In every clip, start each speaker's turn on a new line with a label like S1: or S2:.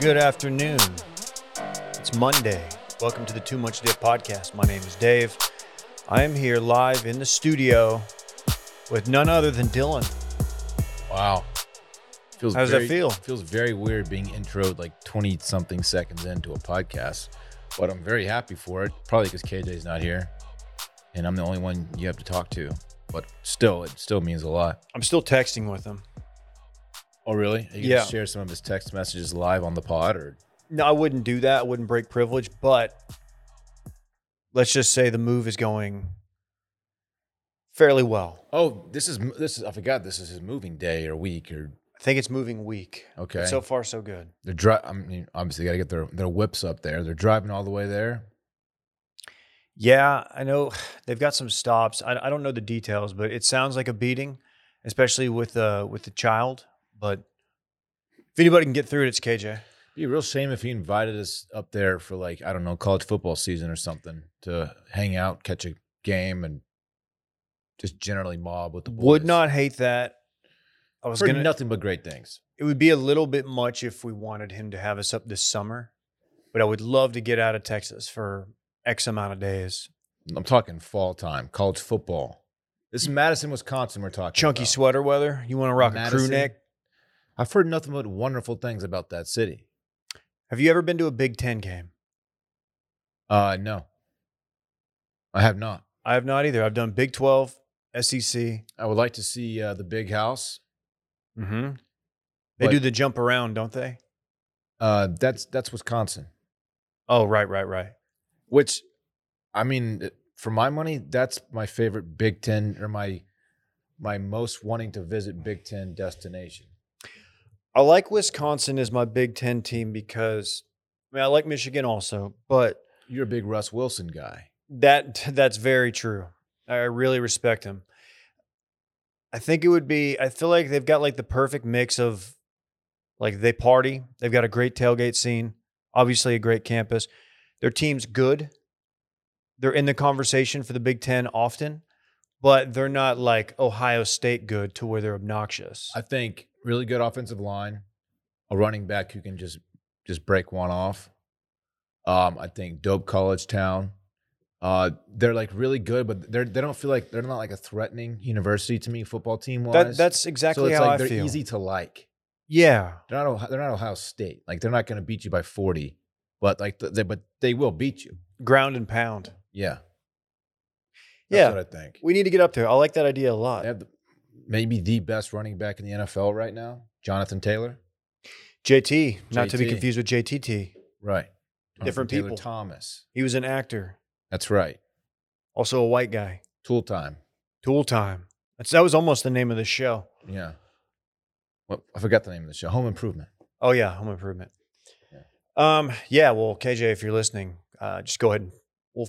S1: Good afternoon. It's Monday. Welcome to the Too Much Dip podcast. My name is Dave. I am here live in the studio with none other than Dylan.
S2: Wow. Feels
S1: How does that
S2: very,
S1: feel?
S2: Feels very weird being introed like 20 something seconds into a podcast, but I'm very happy for it. Probably because KJ's not here and I'm the only one you have to talk to, but still, it still means a lot.
S1: I'm still texting with him.
S2: Oh, really? Are you
S1: Yeah.
S2: going to share some of his text messages live on the pod or?
S1: No, I wouldn't do that. I wouldn't break privilege, but let's just say the move is going fairly well.
S2: Oh, this is, this is, I forgot this is his moving day or week or,
S1: I think it's moving weak.
S2: okay.
S1: So far, so good.
S2: they're dri- I mean, obviously got to get their, their whips up there. They're driving all the way there.
S1: Yeah, I know they've got some stops. I, I don't know the details, but it sounds like a beating, especially with uh with the child. But if anybody can get through it, it's KJ.
S2: Be a real shame if he invited us up there for like I don't know college football season or something to hang out, catch a game, and just generally mob with the boys.
S1: Would not hate that. I was
S2: Heard
S1: gonna.
S2: nothing but great things.
S1: It would be a little bit much if we wanted him to have us up this summer, but I would love to get out of Texas for X amount of days.
S2: I'm talking fall time, college football. This is Madison, Wisconsin. We're talking
S1: Mm. Chunky
S2: about.
S1: sweater weather. You want to rock a crew
S2: Madison.
S1: neck?
S2: I've heard nothing but wonderful things about that city.
S1: Have you ever been to a Big Ten game?
S2: Uh, no, I have not.
S1: I have not either. I've done Big Twelve, E SEC.
S2: I would like to see uh, the big house.
S1: Mm-hmm. They
S2: but,
S1: do the jump around, don't they?
S2: uh, that's that's Wisconsin.
S1: Oh, right, right, right.
S2: which I mean, eh, for my money, that's my favorite Big Ten or my my most wanting to visit Big Ten destination.
S1: I like Wisconsin as my Big Ten team because I mean I like Michigan also, but
S2: You're a big Russ Wilson guy.
S1: that that's very true. I really respect him. I think it would be I feel like they've got like the perfect mix of like they party, they've got a great tailgate scene, obviously a great campus. Their team's good. They're in the conversation for the Big 10 often, but they're not like Ohio State good to where they're obnoxious.
S2: I think really good offensive line, a running back who can just just break one off. Um, I think dope college town. Uh, they're like really good, but they're they don't feel like they're not like a threatening university to me football team wise.
S1: that, that's
S2: so
S1: exactly
S2: it's
S1: how
S2: like
S1: I
S2: they're
S1: feel.
S2: easy to like.
S1: Yeah.
S2: They're not. Ohio, they're not Ohio State. Like they're not going to beat you by forty, but like th- they, but they will beat you.
S1: Ground and pound.
S2: Yeah.
S1: Yeah.
S2: That's what I think.
S1: We need to get up there. I like that idea a lot.
S2: They have the, maybe the best running back in the NFL right now, Jonathan Taylor.
S1: JT, not to be
S2: JT.
S1: confused with JTT.
S2: Right. Jonathan
S1: Different
S2: Taylor
S1: people.
S2: Thomas.
S1: He was an actor,
S2: That's right.
S1: also a white guy.
S2: Tool time.
S1: Tool Time. That's, that was almost the name of the show.
S2: Yeah. Well, I forgot the name of the show. Home Improvement.
S1: Oh yeah, Home Improvement. Um, yeah. Well, KJ, if you're listening, uh, just go ahead and we'll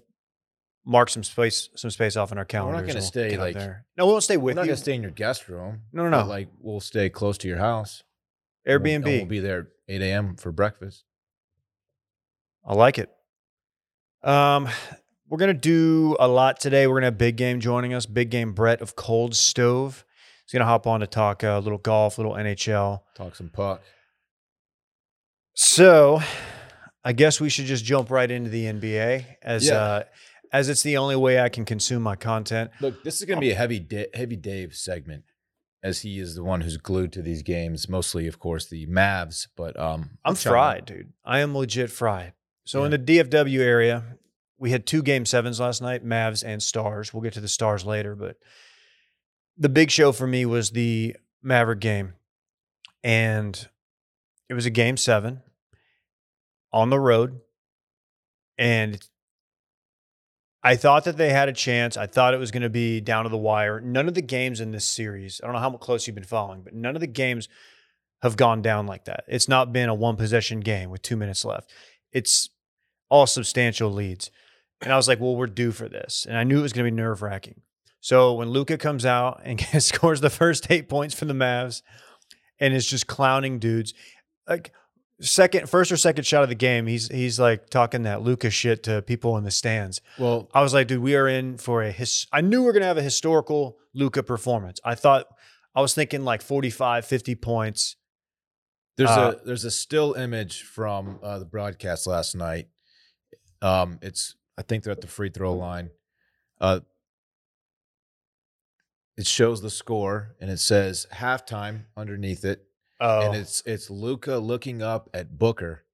S1: mark some space, some space off in our
S2: we're
S1: calendar.
S2: not gonna stay, like-
S1: there. No, we won't stay
S2: We're
S1: with
S2: not
S1: you.
S2: going to stay in your guest room.
S1: No, no,
S2: but,
S1: no.
S2: Like we'll stay close to your house. And we'll- and
S1: Airbnb.
S2: We'll be there at 8 a.m. for breakfast.
S1: I like it. Um, we're gonna do a lot today. We're gonna have big game joining us. Big game Brett of Cold Stove. He's gonna hop on to talk uh, a little golf, little NHL.
S2: Talk some puck.
S1: So, I guess we should just jump right into the NBA as
S2: Yeah.
S1: uh, as it's the only way I can consume my content.
S2: Look, this is going to be a heavy, da- heavy Dave segment, as he is the one who's glued to these games. Mostly, of course, the Mavs. But um,
S1: I'm
S2: chiming in.
S1: fried, dude. I am legit fried. So in
S2: Yeah.
S1: the DFW area, we had two game sevens last night, Mavs and Stars. We'll get to the Stars later, but the big show for me was the Maverick game. And it was a game seven on the road. And I thought that they had a chance. I thought it was going to be down to the wire. None of the games in this series, I don't know how close you've been following, but none of the games have gone down like that. It's not been a one possession game with two minutes left. It's all substantial leads. And I was like, well, we're due for this. And I knew it was going to be nerve wracking. So when Luca comes out and scores the first eight points for the Mavs and is just clowning dudes, like second, first or second shot of the game, he's he's like talking that Luca shit to people in the stands.
S2: Well,
S1: I was like, dude, we are in for a his. I knew we were going to have a historical Luca performance. I thought, I was thinking like 45, 50 points,
S2: There's
S1: Uh,
S2: a there's a still image from uh, the broadcast last night. Um, it's I think they're at the free throw line. Uh, it shows the score and it says halftime underneath it,
S1: Oh,
S2: and it's it's Luca looking up at Booker,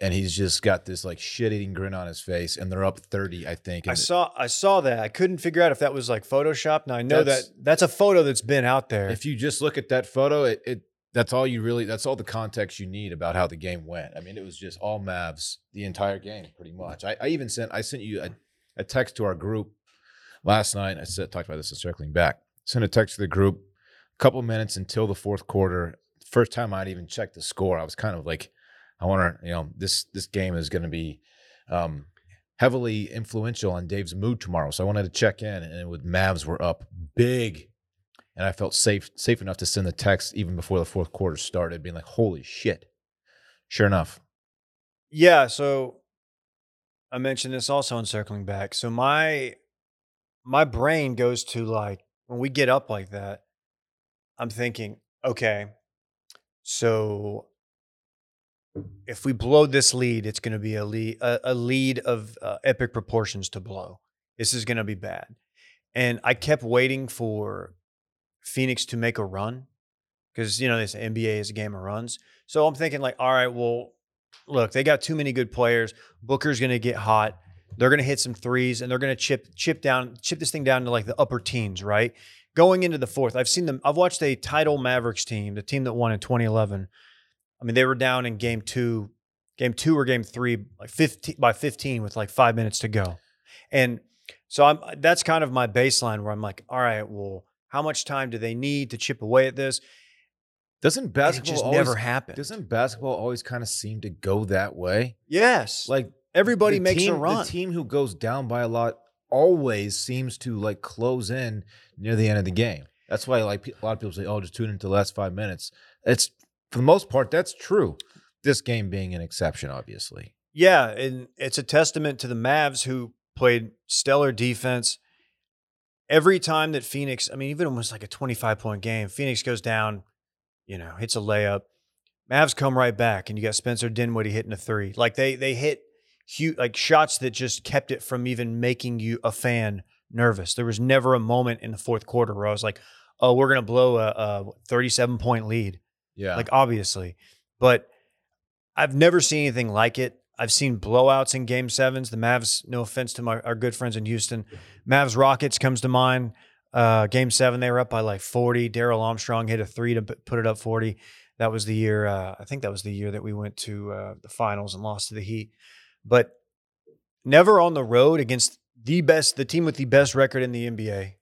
S2: and he's just got this like shit eating grin on his face, and they're up thirty, I think.
S1: I
S2: and
S1: saw I saw that. I couldn't figure out if that was like Photoshop. Now I know
S2: That's-
S1: that that's a photo that's been out there.
S2: if you just look at that photo, it, it that's all you really that's all the context you need about how the game went. I mean, it was just all Mavs the entire game, pretty much. I, I even sent I sent you a, a text to our group last night. I said talked about this in circling back. Sent a text to the group a couple minutes until the fourth quarter. First time I'd even checked the score, I was kind of like, I wonder, you know, this this game is going to be um, heavily influential on Dave's mood tomorrow. So I wanted to check in, and with Mavs were up big, and I felt safe safe enough to send the text even before the fourth quarter started, being like, "Holy shit!" Sure enough,
S1: yeah, so I mentioned this also in circling back. So my my brain goes to like when we get up like that, I'm thinking, okay, so if we blow this lead, it's going to be a lead a, a lead of uh, epic proportions to blow. This is going to be bad. And I kept waiting for Phoenix to make a run because you know this NBA is a game of runs. So I'm thinking like, all right, well, look, they got too many good players. Booker's going to get hot. They're going to hit some threes and they're going to chip chip down chip this thing down to like the upper teens, right? Going into the fourth, I've seen them. I've watched a title Mavericks team, the team that won in 2011. I mean, they were down in game two, game two or game three, like 15 by 15 with like five minutes to go, and so I'm that's kind of my baseline where I'm like, all right, well, how much time do they need to chip away at this?
S2: doesn't
S1: And it
S2: basketball
S1: just
S2: always,
S1: never happened.
S2: doesn't basketball always kind of seem to go that way?
S1: yes, like
S2: Like
S1: everybody
S2: the
S1: makes
S2: team,
S1: a run.
S2: The team who goes down by a lot always seems to like close in near the end of the game. That's why like pe- a lot of people say, "Oh, just tune into the last five minutes." It's for the most part that's true. This game being an exception, obviously.
S1: Yeah, and it's a testament to the Mavs who played stellar defense. Every time that Phoenix, I mean, even almost like a 25 point game, Phoenix goes down, you know, hits a layup. Mavs come right back, and you got Spencer Dinwiddie hitting a three. Like they they hit huge like shots that just kept it from even making you a fan nervous. There was never a moment in the fourth quarter where I was like, oh, we're gonna blow a, a 37 point lead.
S2: Yeah,
S1: Like obviously, but I've never seen anything like it. I've seen blowouts in game sevens. The Mavs, no offense to my, our good friends in Houston, Mavs Rockets comes to mind. Uh, game seven, they were up by like 40. Daryl Armstrong hit a three to p- put it up 40. That was the year, uh, I think that was the year that we went to uh, the finals and lost to the Heat. But never on the road against the best, the team with the best record in the NBA.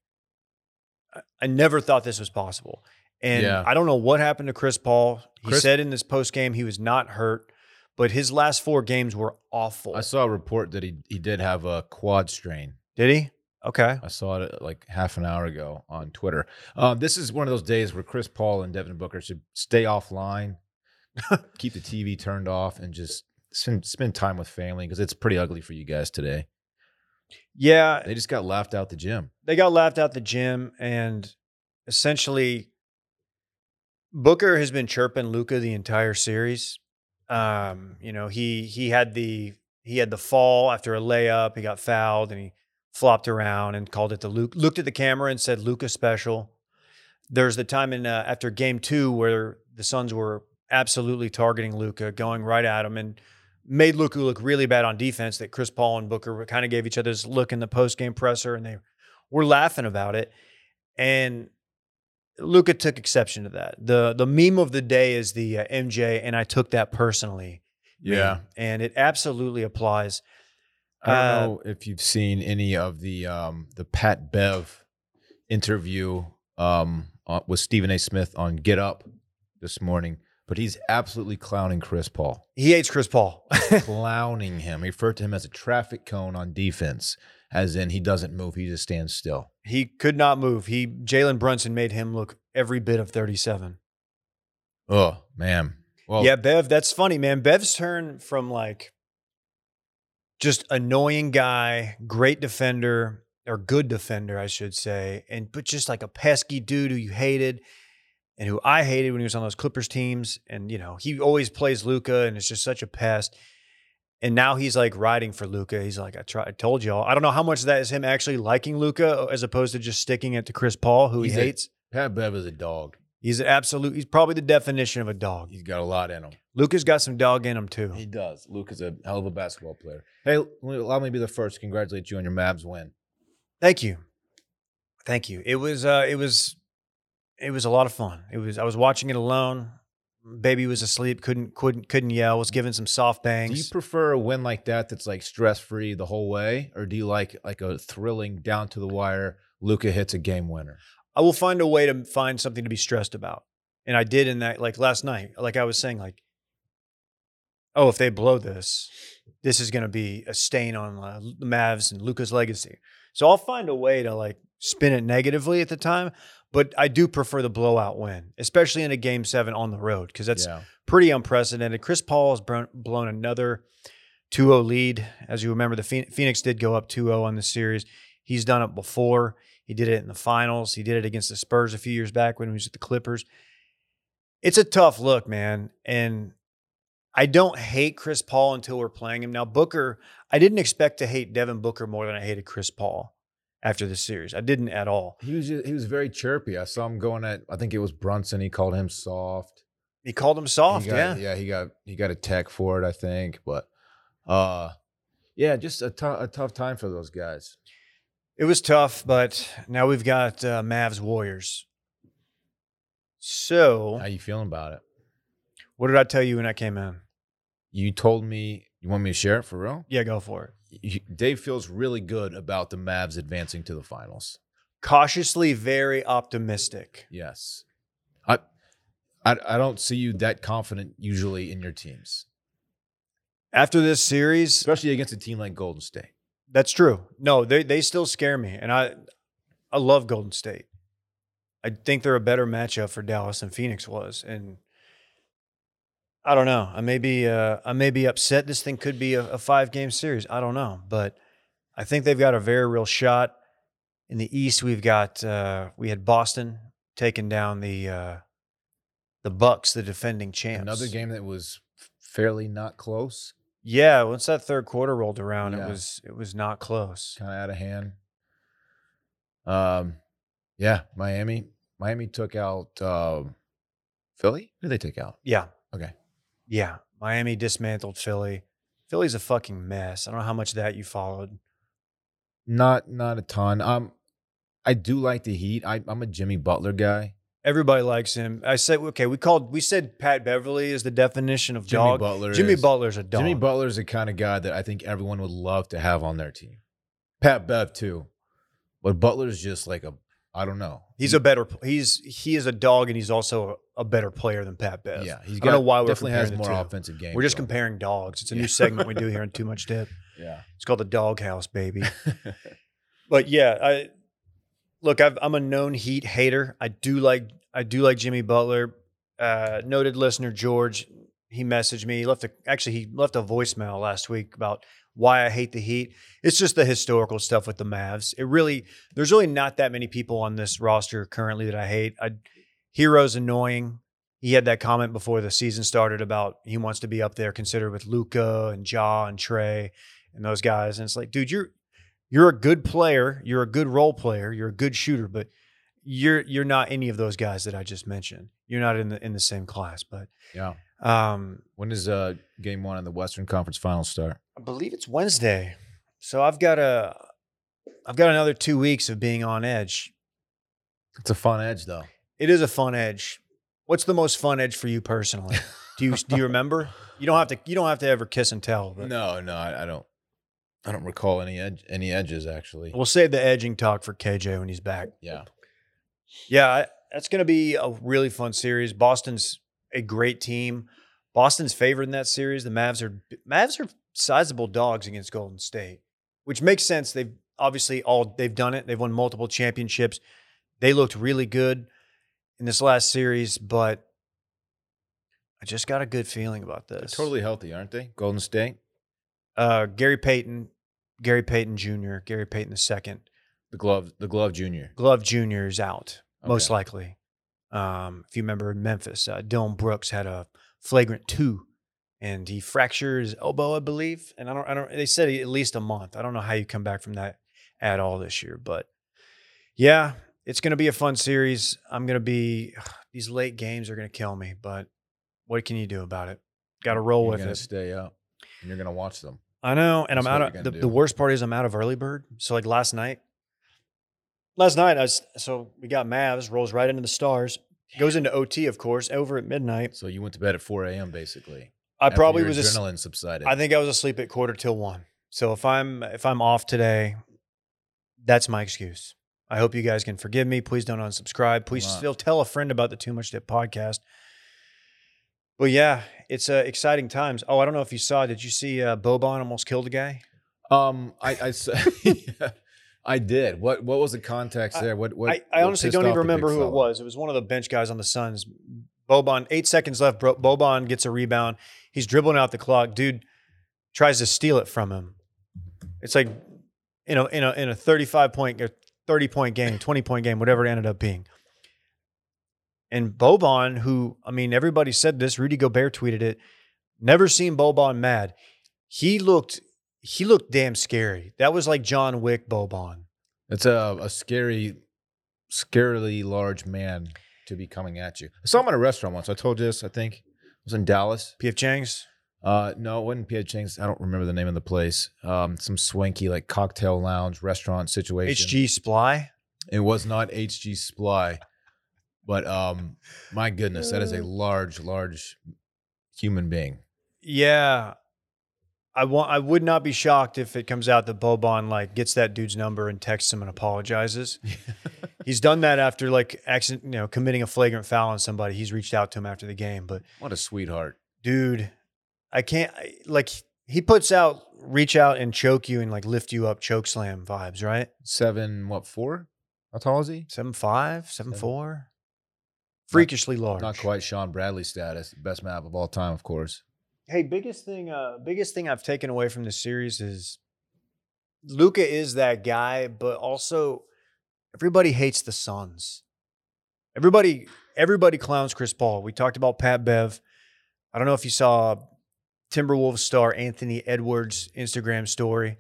S1: I, I never thought this was possible. And
S2: Yeah.
S1: I don't know what happened to Chris Paul. He
S2: Chris-
S1: said in this post game he was not hurt, but his last four games were awful.
S2: I saw a report that he he did have a quad strain.
S1: Did he? Okay.
S2: I saw it uh, like half an hour ago on Twitter. Um, this is one of those days where Chris Paul and Devin Booker should stay offline, keep the TV turned off, and just spend spend time with family because it's pretty ugly for you guys today.
S1: Yeah.
S2: They just got laughed out the gym.
S1: they got laughed out the gym and essentially Booker has been chirping Luca the entire series. Um, you know, he he had the he had the fall after a layup, he got fouled and he flopped around and called it the Luke looked at the camera and said Luca special. There's the time in uh, after game 2 where the Suns were absolutely targeting Luca, going right at him and made Luca look really bad on defense that Chris Paul and Booker kind of gave each other's look in the post game presser and they we're laughing about it. And Luca took exception to that. the The meme of the day is the uh, MJ, and I took that personally. meme. and it absolutely applies.
S2: I don't
S1: Uh,
S2: know if you've seen any of the um, the Pat Bev interview um, on- with Stephen A. Smith on Get Up this morning, but he's absolutely clowning Chris Paul.
S1: He hates Chris Paul.
S2: clowning him. He referred to him as a traffic cone on defense, as in he doesn't move, he just stands still.
S1: he could not move. He Jalen Brunson made him look every bit of thirty seven.
S2: Oh man. Well,
S1: Yeah, Bev, that's funny, man. Bev's turn from like just annoying guy, great defender, or good defender, I should say, and but just like a pesky dude who you hated. and who I hated when he was on those Clippers teams. And, you know, he always plays Luca and it's just such a pest. And now he's like riding for Luca. He's like, I, try, I told y'all. I don't know how much of that is him actually liking Luca as opposed to just sticking it to Chris Paul, who
S2: He's
S1: he
S2: a-
S1: hates.
S2: Pat Bev is a dog.
S1: he's an absolute, he's probably the definition of a dog.
S2: He's got a lot in him.
S1: Luca's got some dog in him too.
S2: He does. Luke is a hell of a basketball player. Hey, l- allow me to be the first to congratulate you on your Mavs win.
S1: Thank you. Thank you. It was uh it was it was a lot of fun. It was I was watching it alone. Baby was asleep, couldn't couldn't couldn't yell, was giving some soft
S2: Do you
S1: bangs.
S2: prefer a win like that that's like stress free the whole way, or do you like like a thrilling down to the wire? Luca hits a game winner.
S1: I will find a way to find something to be stressed about. And I did in that like last night, like I was saying, like, oh, if they blow this, this is gonna be a stain on uh, the Mavs and Luca's legacy. So I'll find a way to like spin it negatively at the time, but I do prefer the blowout win, especially in a game seven on the road, because that's
S2: yeah.
S1: pretty unprecedented. Chris Paul has blown, blown another 2-0 lead. As you remember, the Phoen- Phoenix did go up 2-0 on this series. He's done it before. He did it in the finals. He did it against the Spurs a few years back when he was at the Clippers. It's a tough look, man, and I don't hate Chris Paul until we're playing him. Now Booker, I didn't expect to hate Devin Booker more than I hated Chris Paul after this series. I didn't at all.
S2: He was he was very chirpy. I saw him going at I think it was Brunson. He called him soft.
S1: He called him
S2: He
S1: soft,
S2: got-
S1: yeah.
S2: yeah. He got he got a tech for it, I think. But uh, yeah, just a tou- a tough time for those guys.
S1: It was tough, but now we've got uh, Mavs Warriors. So,
S2: How you feeling about it?
S1: what did I tell you when I came in?
S2: You told me you want me to share it for real.
S1: Yeah, go for it.
S2: You- Dave feels really good about the Mavs advancing to the finals.
S1: Cautiously very optimistic.
S2: Yes, I, I, I don't see you that confident usually in your teams,
S1: After this series,
S2: especially against a team like Golden State.
S1: that's true. No, they they still scare me and I I love Golden State. I think they're a better matchup for Dallas than Phoenix was and I don't know. I may be uh, I may be upset. This thing could be a, a five game series. I don't know, but I think they've got a very real shot. In the East, we've got uh, we had Boston taking down the uh, the Bucks, the defending champs.
S2: Another game that was fairly not close,
S1: yeah. Once that third quarter rolled around,
S2: Yeah.
S1: it was it was not close.
S2: kind of out of hand. Um, yeah, Miami, Miami took out um, Philly. Who did they take out?
S1: Yeah.
S2: Okay.
S1: Yeah. Miami dismantled Philly. Philly's a fucking mess. I don't know how much of that you followed.
S2: Not not a ton. Um, I do like the Heat. I, I'm a Jimmy Butler guy.
S1: Everybody likes him. I said, okay, we called, we said Pat Beverly is the definition of
S2: Jimmy
S1: dog.
S2: Butler.
S1: Jimmy
S2: is-
S1: Butler's a dog.
S2: Jimmy Butler's the kind of guy that I think everyone would love to have on their team. Pat Bev too, but Butler's just like a I don't know.
S1: he's a better, he's, he is a dog and he's also a, a better player than Pat Bev.
S2: yeah. He's
S1: I don't know why we're
S2: definitely has
S1: comparing the
S2: more
S1: two.
S2: offensive game.
S1: We're just
S2: to him.
S1: comparing dogs. It's a
S2: Yeah.
S1: new segment we do here on Too Much Dip.
S2: Yeah.
S1: It's called the Doghouse, baby. but yeah, I look. I've, I'm a known Heat hater. I do like I do like Jimmy Butler. Uh, noted listener George, he messaged me. He left a actually he left a voicemail last week about why I hate the Heat. It's just the historical stuff with the Mavs. It really there's really not that many people on this roster currently that I hate. I Hero's annoying. He had that comment before the season started about he wants to be up there considered with Luca and Ja and Trey and those guys. And it's like, dude, you're you're a good player, you're a good role player, you're a good shooter, but you're you're not any of those guys that I just mentioned. You're not in the in the same class. But
S2: yeah.
S1: um,
S2: When does uh, game one in the Western Conference Finals start?
S1: I believe it's Wednesday, so I've got a I've got another two weeks of being on edge.
S2: It's a fun edge though.
S1: It is a fun edge. What's the most fun edge for you personally? Do you do you remember? You don't have to you don't have to ever kiss and tell. But
S2: No, no, I, I don't. I don't recall any edge, any edges actually.
S1: We'll save the edging talk for KJ when he's back.
S2: Yeah.
S1: Yeah, I- that's going to be a really fun series. Boston's a great team. Boston's favored in that series. The Mavs are Mavs are sizable dogs against Golden State, which makes sense. They've obviously all they've done it. They've won multiple championships. They looked really good in this last series, but I just got a good feeling about
S2: They're
S1: this.
S2: totally healthy, aren't they? Golden State,
S1: Uh, Gary Payton, Gary Payton Jr., Gary Payton the second,
S2: the glove, the glove junior.
S1: Glove Jr. is out most
S2: Okay.
S1: likely. Um, if you remember in Memphis, uh, Dylan Brooks had a flagrant two, and he fractured his elbow, I believe. And I don't, I don't. They said at least a month. I don't know how you come back from that at all this year, but yeah, it's going to be a fun series. I'm going to be. These late games are going to kill me, but what can you do about it? Got to roll
S2: You're
S1: with
S2: gonna
S1: it.
S2: stay up, and you're gonna watch them.
S1: I know, and I'm
S2: That's what
S1: out
S2: you're
S1: of the,
S2: gonna
S1: the
S2: do.
S1: worst part is I'm out of early bird. So like last night, last night I was so we got Mavs rolls right into the stars, goes into OT of course over at midnight.
S2: So you went to bed at 4 a.m. basically.
S1: I
S2: After
S1: probably
S2: your
S1: was as-
S2: adrenaline subsided.
S1: I think I was asleep at quarter till one. So if I'm if I'm off today, that's my excuse. I hope you guys can forgive me. Please don't unsubscribe. Please
S2: Wow.
S1: still tell a friend about the Too Much Dip podcast. But yeah, it's uh, exciting times. Oh, I don't know if you saw. Did you see uh, Boban almost killed a guy?
S2: Um, I I, s- I did. What what was the context
S1: I-
S2: there? What what?
S1: I, I
S2: what
S1: honestly
S2: pissed
S1: don't even
S2: off the big
S1: remember who
S2: fella?
S1: it was. It was one of the bench guys on the Suns. Boban, eight seconds left. Bro, Boban gets a rebound. He's dribbling out the clock. Dude tries to steal it from him. It's like, you know, in a in a thirty five point, or thirty point game, twenty point game, whatever it ended up being. And Boban, who I mean, everybody said this. Rudy Gobert tweeted it. Never seen Boban mad. He looked he looked damn scary. That was like John Wick Boban.
S2: It's a a scary, scarily large man to be coming at you. I saw him at a restaurant once. I told you this. I think I was in Dallas.
S1: PF Chang's.
S2: Uh, no, it wasn't Pia Chang's. I don't remember the name of the place. Um, some swanky like cocktail lounge restaurant situation.
S1: HG Sply.
S2: It was not HG Sply, but um, my goodness, that is a large, large human being.
S1: Yeah. I want I would not be shocked if it comes out that Boban like gets that dude's number and texts him and apologizes. He's done that after like accident, you know, committing a flagrant foul on somebody. He's reached out to him after the game, but
S2: What a sweetheart.
S1: dude, I can't I, like he puts out reach out and choke you and like lift you up choke slam vibes, right?
S2: Seven, what, four? How tall is he?
S1: Seven five, seven
S2: Seven-
S1: four. Freakishly large.
S2: Not quite Sean Bradley status. Best map of all time, of course.
S1: Hey, biggest thing, uh, biggest thing I've taken away from this series is Luca is that guy, but also everybody hates the Suns. Everybody, everybody clowns Chris Paul. We talked about Pat Bev. I don't know if you saw Timberwolves star Anthony Edwards' Instagram story.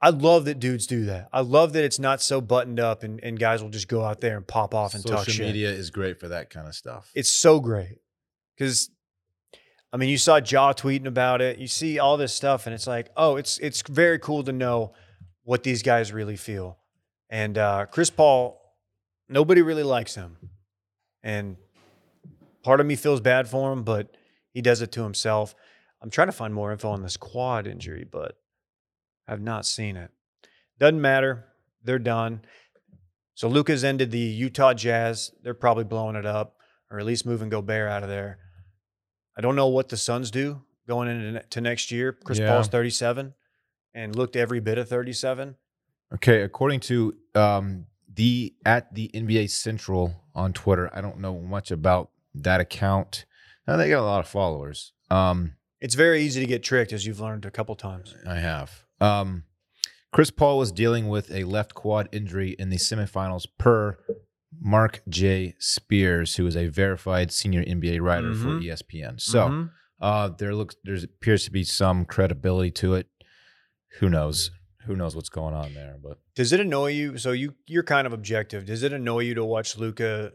S1: I love that dudes do that. I love that it's not so buttoned up and, and guys will just go out there and pop off and talk
S2: Social
S1: shit.
S2: media is great for that kind of stuff.
S1: It's so great because, I mean, you saw Jaw tweeting about it. You see all this stuff, and it's like, oh, it's it's very cool to know what these guys really feel. And uh, Chris Paul, nobody really likes him, and part of me feels bad for him, but he does it to himself. I'm trying to find more info on this quad injury, but I've not seen it. Doesn't matter. They're done. So Luca's ended the Utah Jazz. They're probably blowing it up or at least moving Gobert out of there. I don't know what the Suns do going into ne- to next year. Chris
S2: Yeah.
S1: Paul's 37 and looked every bit of 37.
S2: okay, according to um, the at the NBA Central on Twitter, I don't know much about that account. Now, they got a lot of followers. Um,
S1: It's very easy to get tricked, as you've learned a couple times.
S2: I have. Um, Chris Paul was dealing with a left quad injury in the semifinals per Mark J. Spears, who is a verified senior NBA writer for
S1: Mhm.
S2: E ESPN. So
S1: Mhm.
S2: uh, there looks there appears to be some credibility to it. Who knows? Who knows what's going on there? But
S1: does it annoy you? So you you're kind of objective. Does it annoy you to watch Luca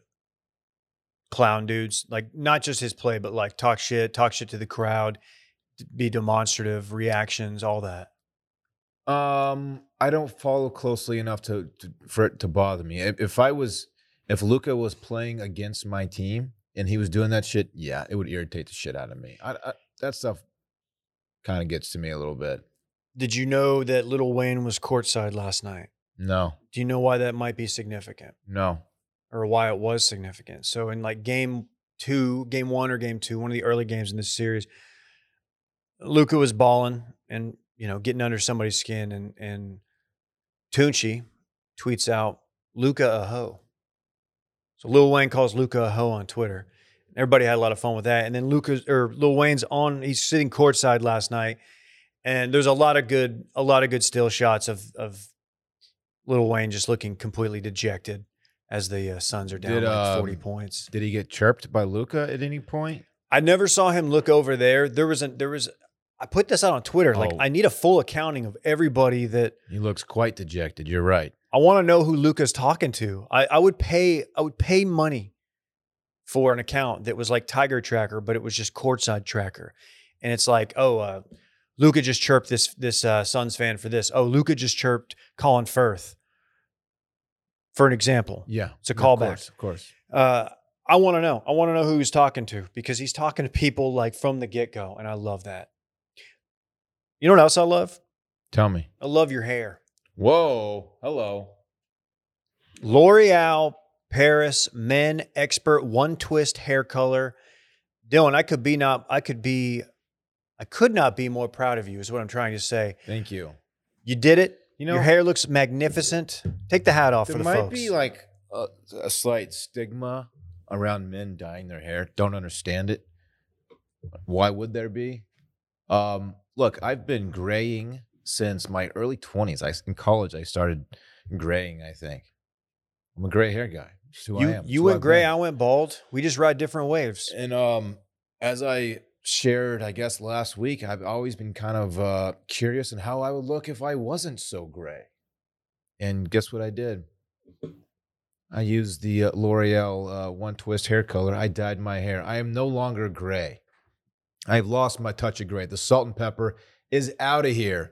S1: clown dudes like not just his play, but like talk shit, talk shit to the crowd, d- be demonstrative, reactions, all that?
S2: Um, I don't follow closely enough to, to for it to bother me. If, if I was, if Luca was playing against my team and he was doing that shit, yeah, it would irritate the shit out of me. I, I, that stuff kind of gets to me a little bit.
S1: Did you know that Little Wayne was courtside last night?
S2: No,
S1: Do you know why that might be significant?
S2: no,
S1: or why it was significant. So in like game two, game one or game two, one of the early games in this series, Luca was balling and you know getting under somebody's skin, and and Tunchi tweets out Luca a hoe. So Lil Wayne calls Luca a hoe on Twitter. Everybody had a lot of fun with that. And then Luca or Lil Wayne's on. He's sitting courtside last night, and there's a lot of good a lot of good still shots of of Lil Wayne just looking completely dejected as the uh, Suns are down
S2: Did,
S1: like 40
S2: um,
S1: points.
S2: Did he get chirped by Luca at any point?
S1: I never saw him look over there. There was a there was I put this out on Twitter. Like
S2: Oh.
S1: I need a full accounting of everybody that
S2: He looks quite dejected. You're right.
S1: I want to know who Luca's talking to. I, I would pay I would pay money for an account that was like Tiger Tracker, but it was just courtside tracker. And it's like, oh, uh, Luca just chirped this this uh, Suns fan for this. Oh, Luca just chirped Colin Firth. For an example,
S2: Yeah,
S1: It's a
S2: Of
S1: callback.
S2: course, Of course.
S1: uh, I want to know. I want to know who he's talking to because he's talking to people like from the get go, and I love that. You know what else I love?
S2: Tell me.
S1: I love your hair.
S2: Whoa. Hello.
S1: L'Oreal Paris Men Expert One Twist Hair Color. Dylan, I could be not. I could be. I could not be more proud of you. Is what I'm trying to say.
S2: Thank you.
S1: You did it.
S2: You know,
S1: your hair looks magnificent. Take the hat off
S2: there
S1: for the
S2: might
S1: folks.
S2: be like a, a slight stigma around men dyeing their hair. Don't understand it. Why would there be? Um, look, I've been graying since my early 20s. I in college I started graying, I think. I'm a gray hair guy. It's who I
S1: you
S2: am. It's
S1: you
S2: who
S1: went
S2: I've
S1: gray.
S2: been.
S1: I went bald. We just ride different waves.
S2: And um, as I shared, I guess last week, I've always been kind of uh, curious in how I would look if I wasn't so gray. And guess what I did? I used the uh, L'Oreal uh, One Twist hair color. I dyed my hair. I am no longer gray. I've lost my touch of gray. The salt and pepper is out of here.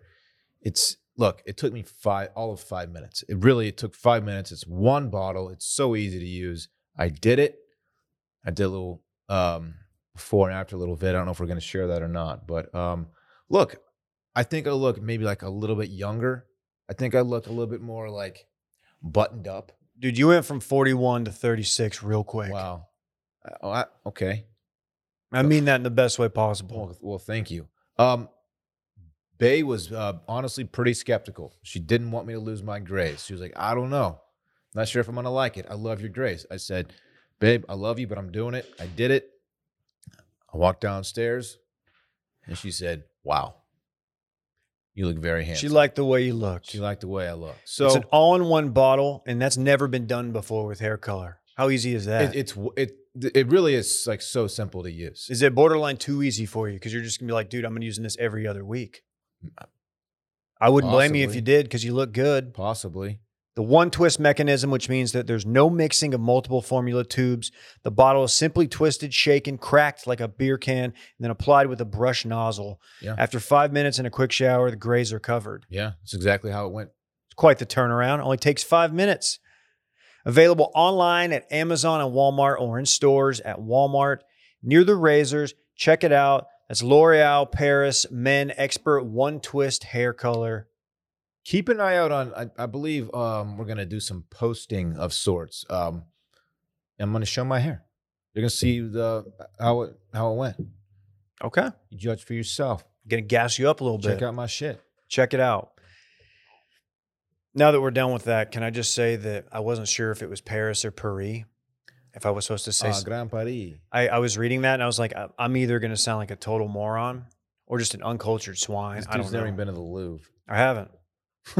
S2: It's look. It took me five, all of five minutes. It really it took five minutes. It's one bottle. It's so easy to use. I did it. I did a little um, before and after little vid. I don't know if we're going to share that or not, but um, look, I think I look maybe like a little bit younger. I think I look a little bit more like buttoned up.
S1: Dude, you went from 41 to 36 real quick.
S2: Wow. I- Oh, I, okay.
S1: I mean that in the best way possible.
S2: Well, well, thank you. Um, Bay was uh, honestly pretty skeptical. She didn't want me to lose my grace. She was like, I don't know. Not sure if I'm going to like it. I love your grace. I said, Babe, I love you, but I'm doing it. I did it. I walked downstairs and she said, Wow, you look very handsome.
S1: She liked the way you looked.
S2: she liked the way I look. So
S1: it's an all-in-one bottle, and that's never been done before with hair color. How easy is that? Is
S2: it, it's, w- it, it really is like so simple to use.
S1: it borderline too easy for you? Because you're just gonna be like, dude, I'm gonna using this every other week. I wouldn't blame you if
S2: uh, Possibly.
S1: you did, because you look good.
S2: Possibly.
S1: The one twist mechanism, which means that there's no mixing of multiple formula tubes. The bottle is simply twisted, shaken, cracked like a beer can, and then applied with a brush nozzle.
S2: Yeah.
S1: After five minutes and a quick shower, the grays are covered.
S2: Yeah, that's exactly how it went.
S1: It's quite the turnaround. Only takes five minutes. Available online at Amazon and Walmart or in stores at Walmart near the razors. Check it out. That's L'Oreal Paris Men Expert One Twist Hair Color.
S2: keep an eye out on i, I believe um, we're going to do some posting of sorts um, i'm going to show my hair you're going to see the how it how it went
S1: Okay.
S2: you judge for yourself
S1: Gonna gas you up a little bit.
S2: check out my shit
S1: Check it out. Now that we're done with that, can I just say that I wasn't sure if it was Paris or Paris? If I was supposed to say,
S2: uh, grand paris
S1: I, I was reading that and I was like, I- I'm either gonna sound like a total moron or just an uncultured swine.
S2: this
S1: I don't
S2: dude's
S1: know.
S2: never even been to the louvre
S1: I haven't.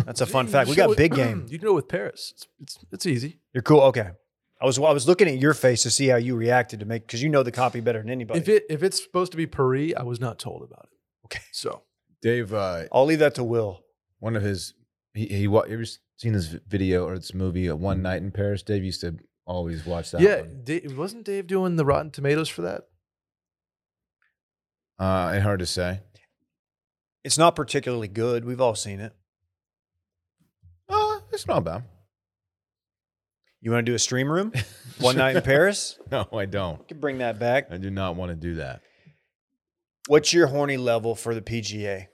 S1: That's a
S3: You-
S1: fun
S3: you
S1: fact.
S3: can
S1: We
S3: do
S1: got
S3: it-
S1: big game.
S3: You can do it with Paris. It's it's, it's easy.
S1: You're cool. Okay. I was I was looking at your face to see how you reacted to make because you know the copy better than anybody.
S3: If it if it's supposed to be Paris, I was not told about it.
S1: Okay.
S3: So
S2: dave uh,
S1: I'll leave that to Will.
S2: one of his he, he wa- you ever seen this video or this movie uh, one night in paris dave used to always watch that
S3: yeah,
S2: one.
S3: Dave, wasn't Dave doing the Rotten Tomatoes for that?
S2: uh it hard to say
S1: It's not particularly good. We've all seen it.
S2: uh, it's not bad
S1: You want to do a stream room one night in Paris?
S2: no i don't
S1: We can bring that back.
S2: i do not want to do that
S1: What's your horny level for the PGA?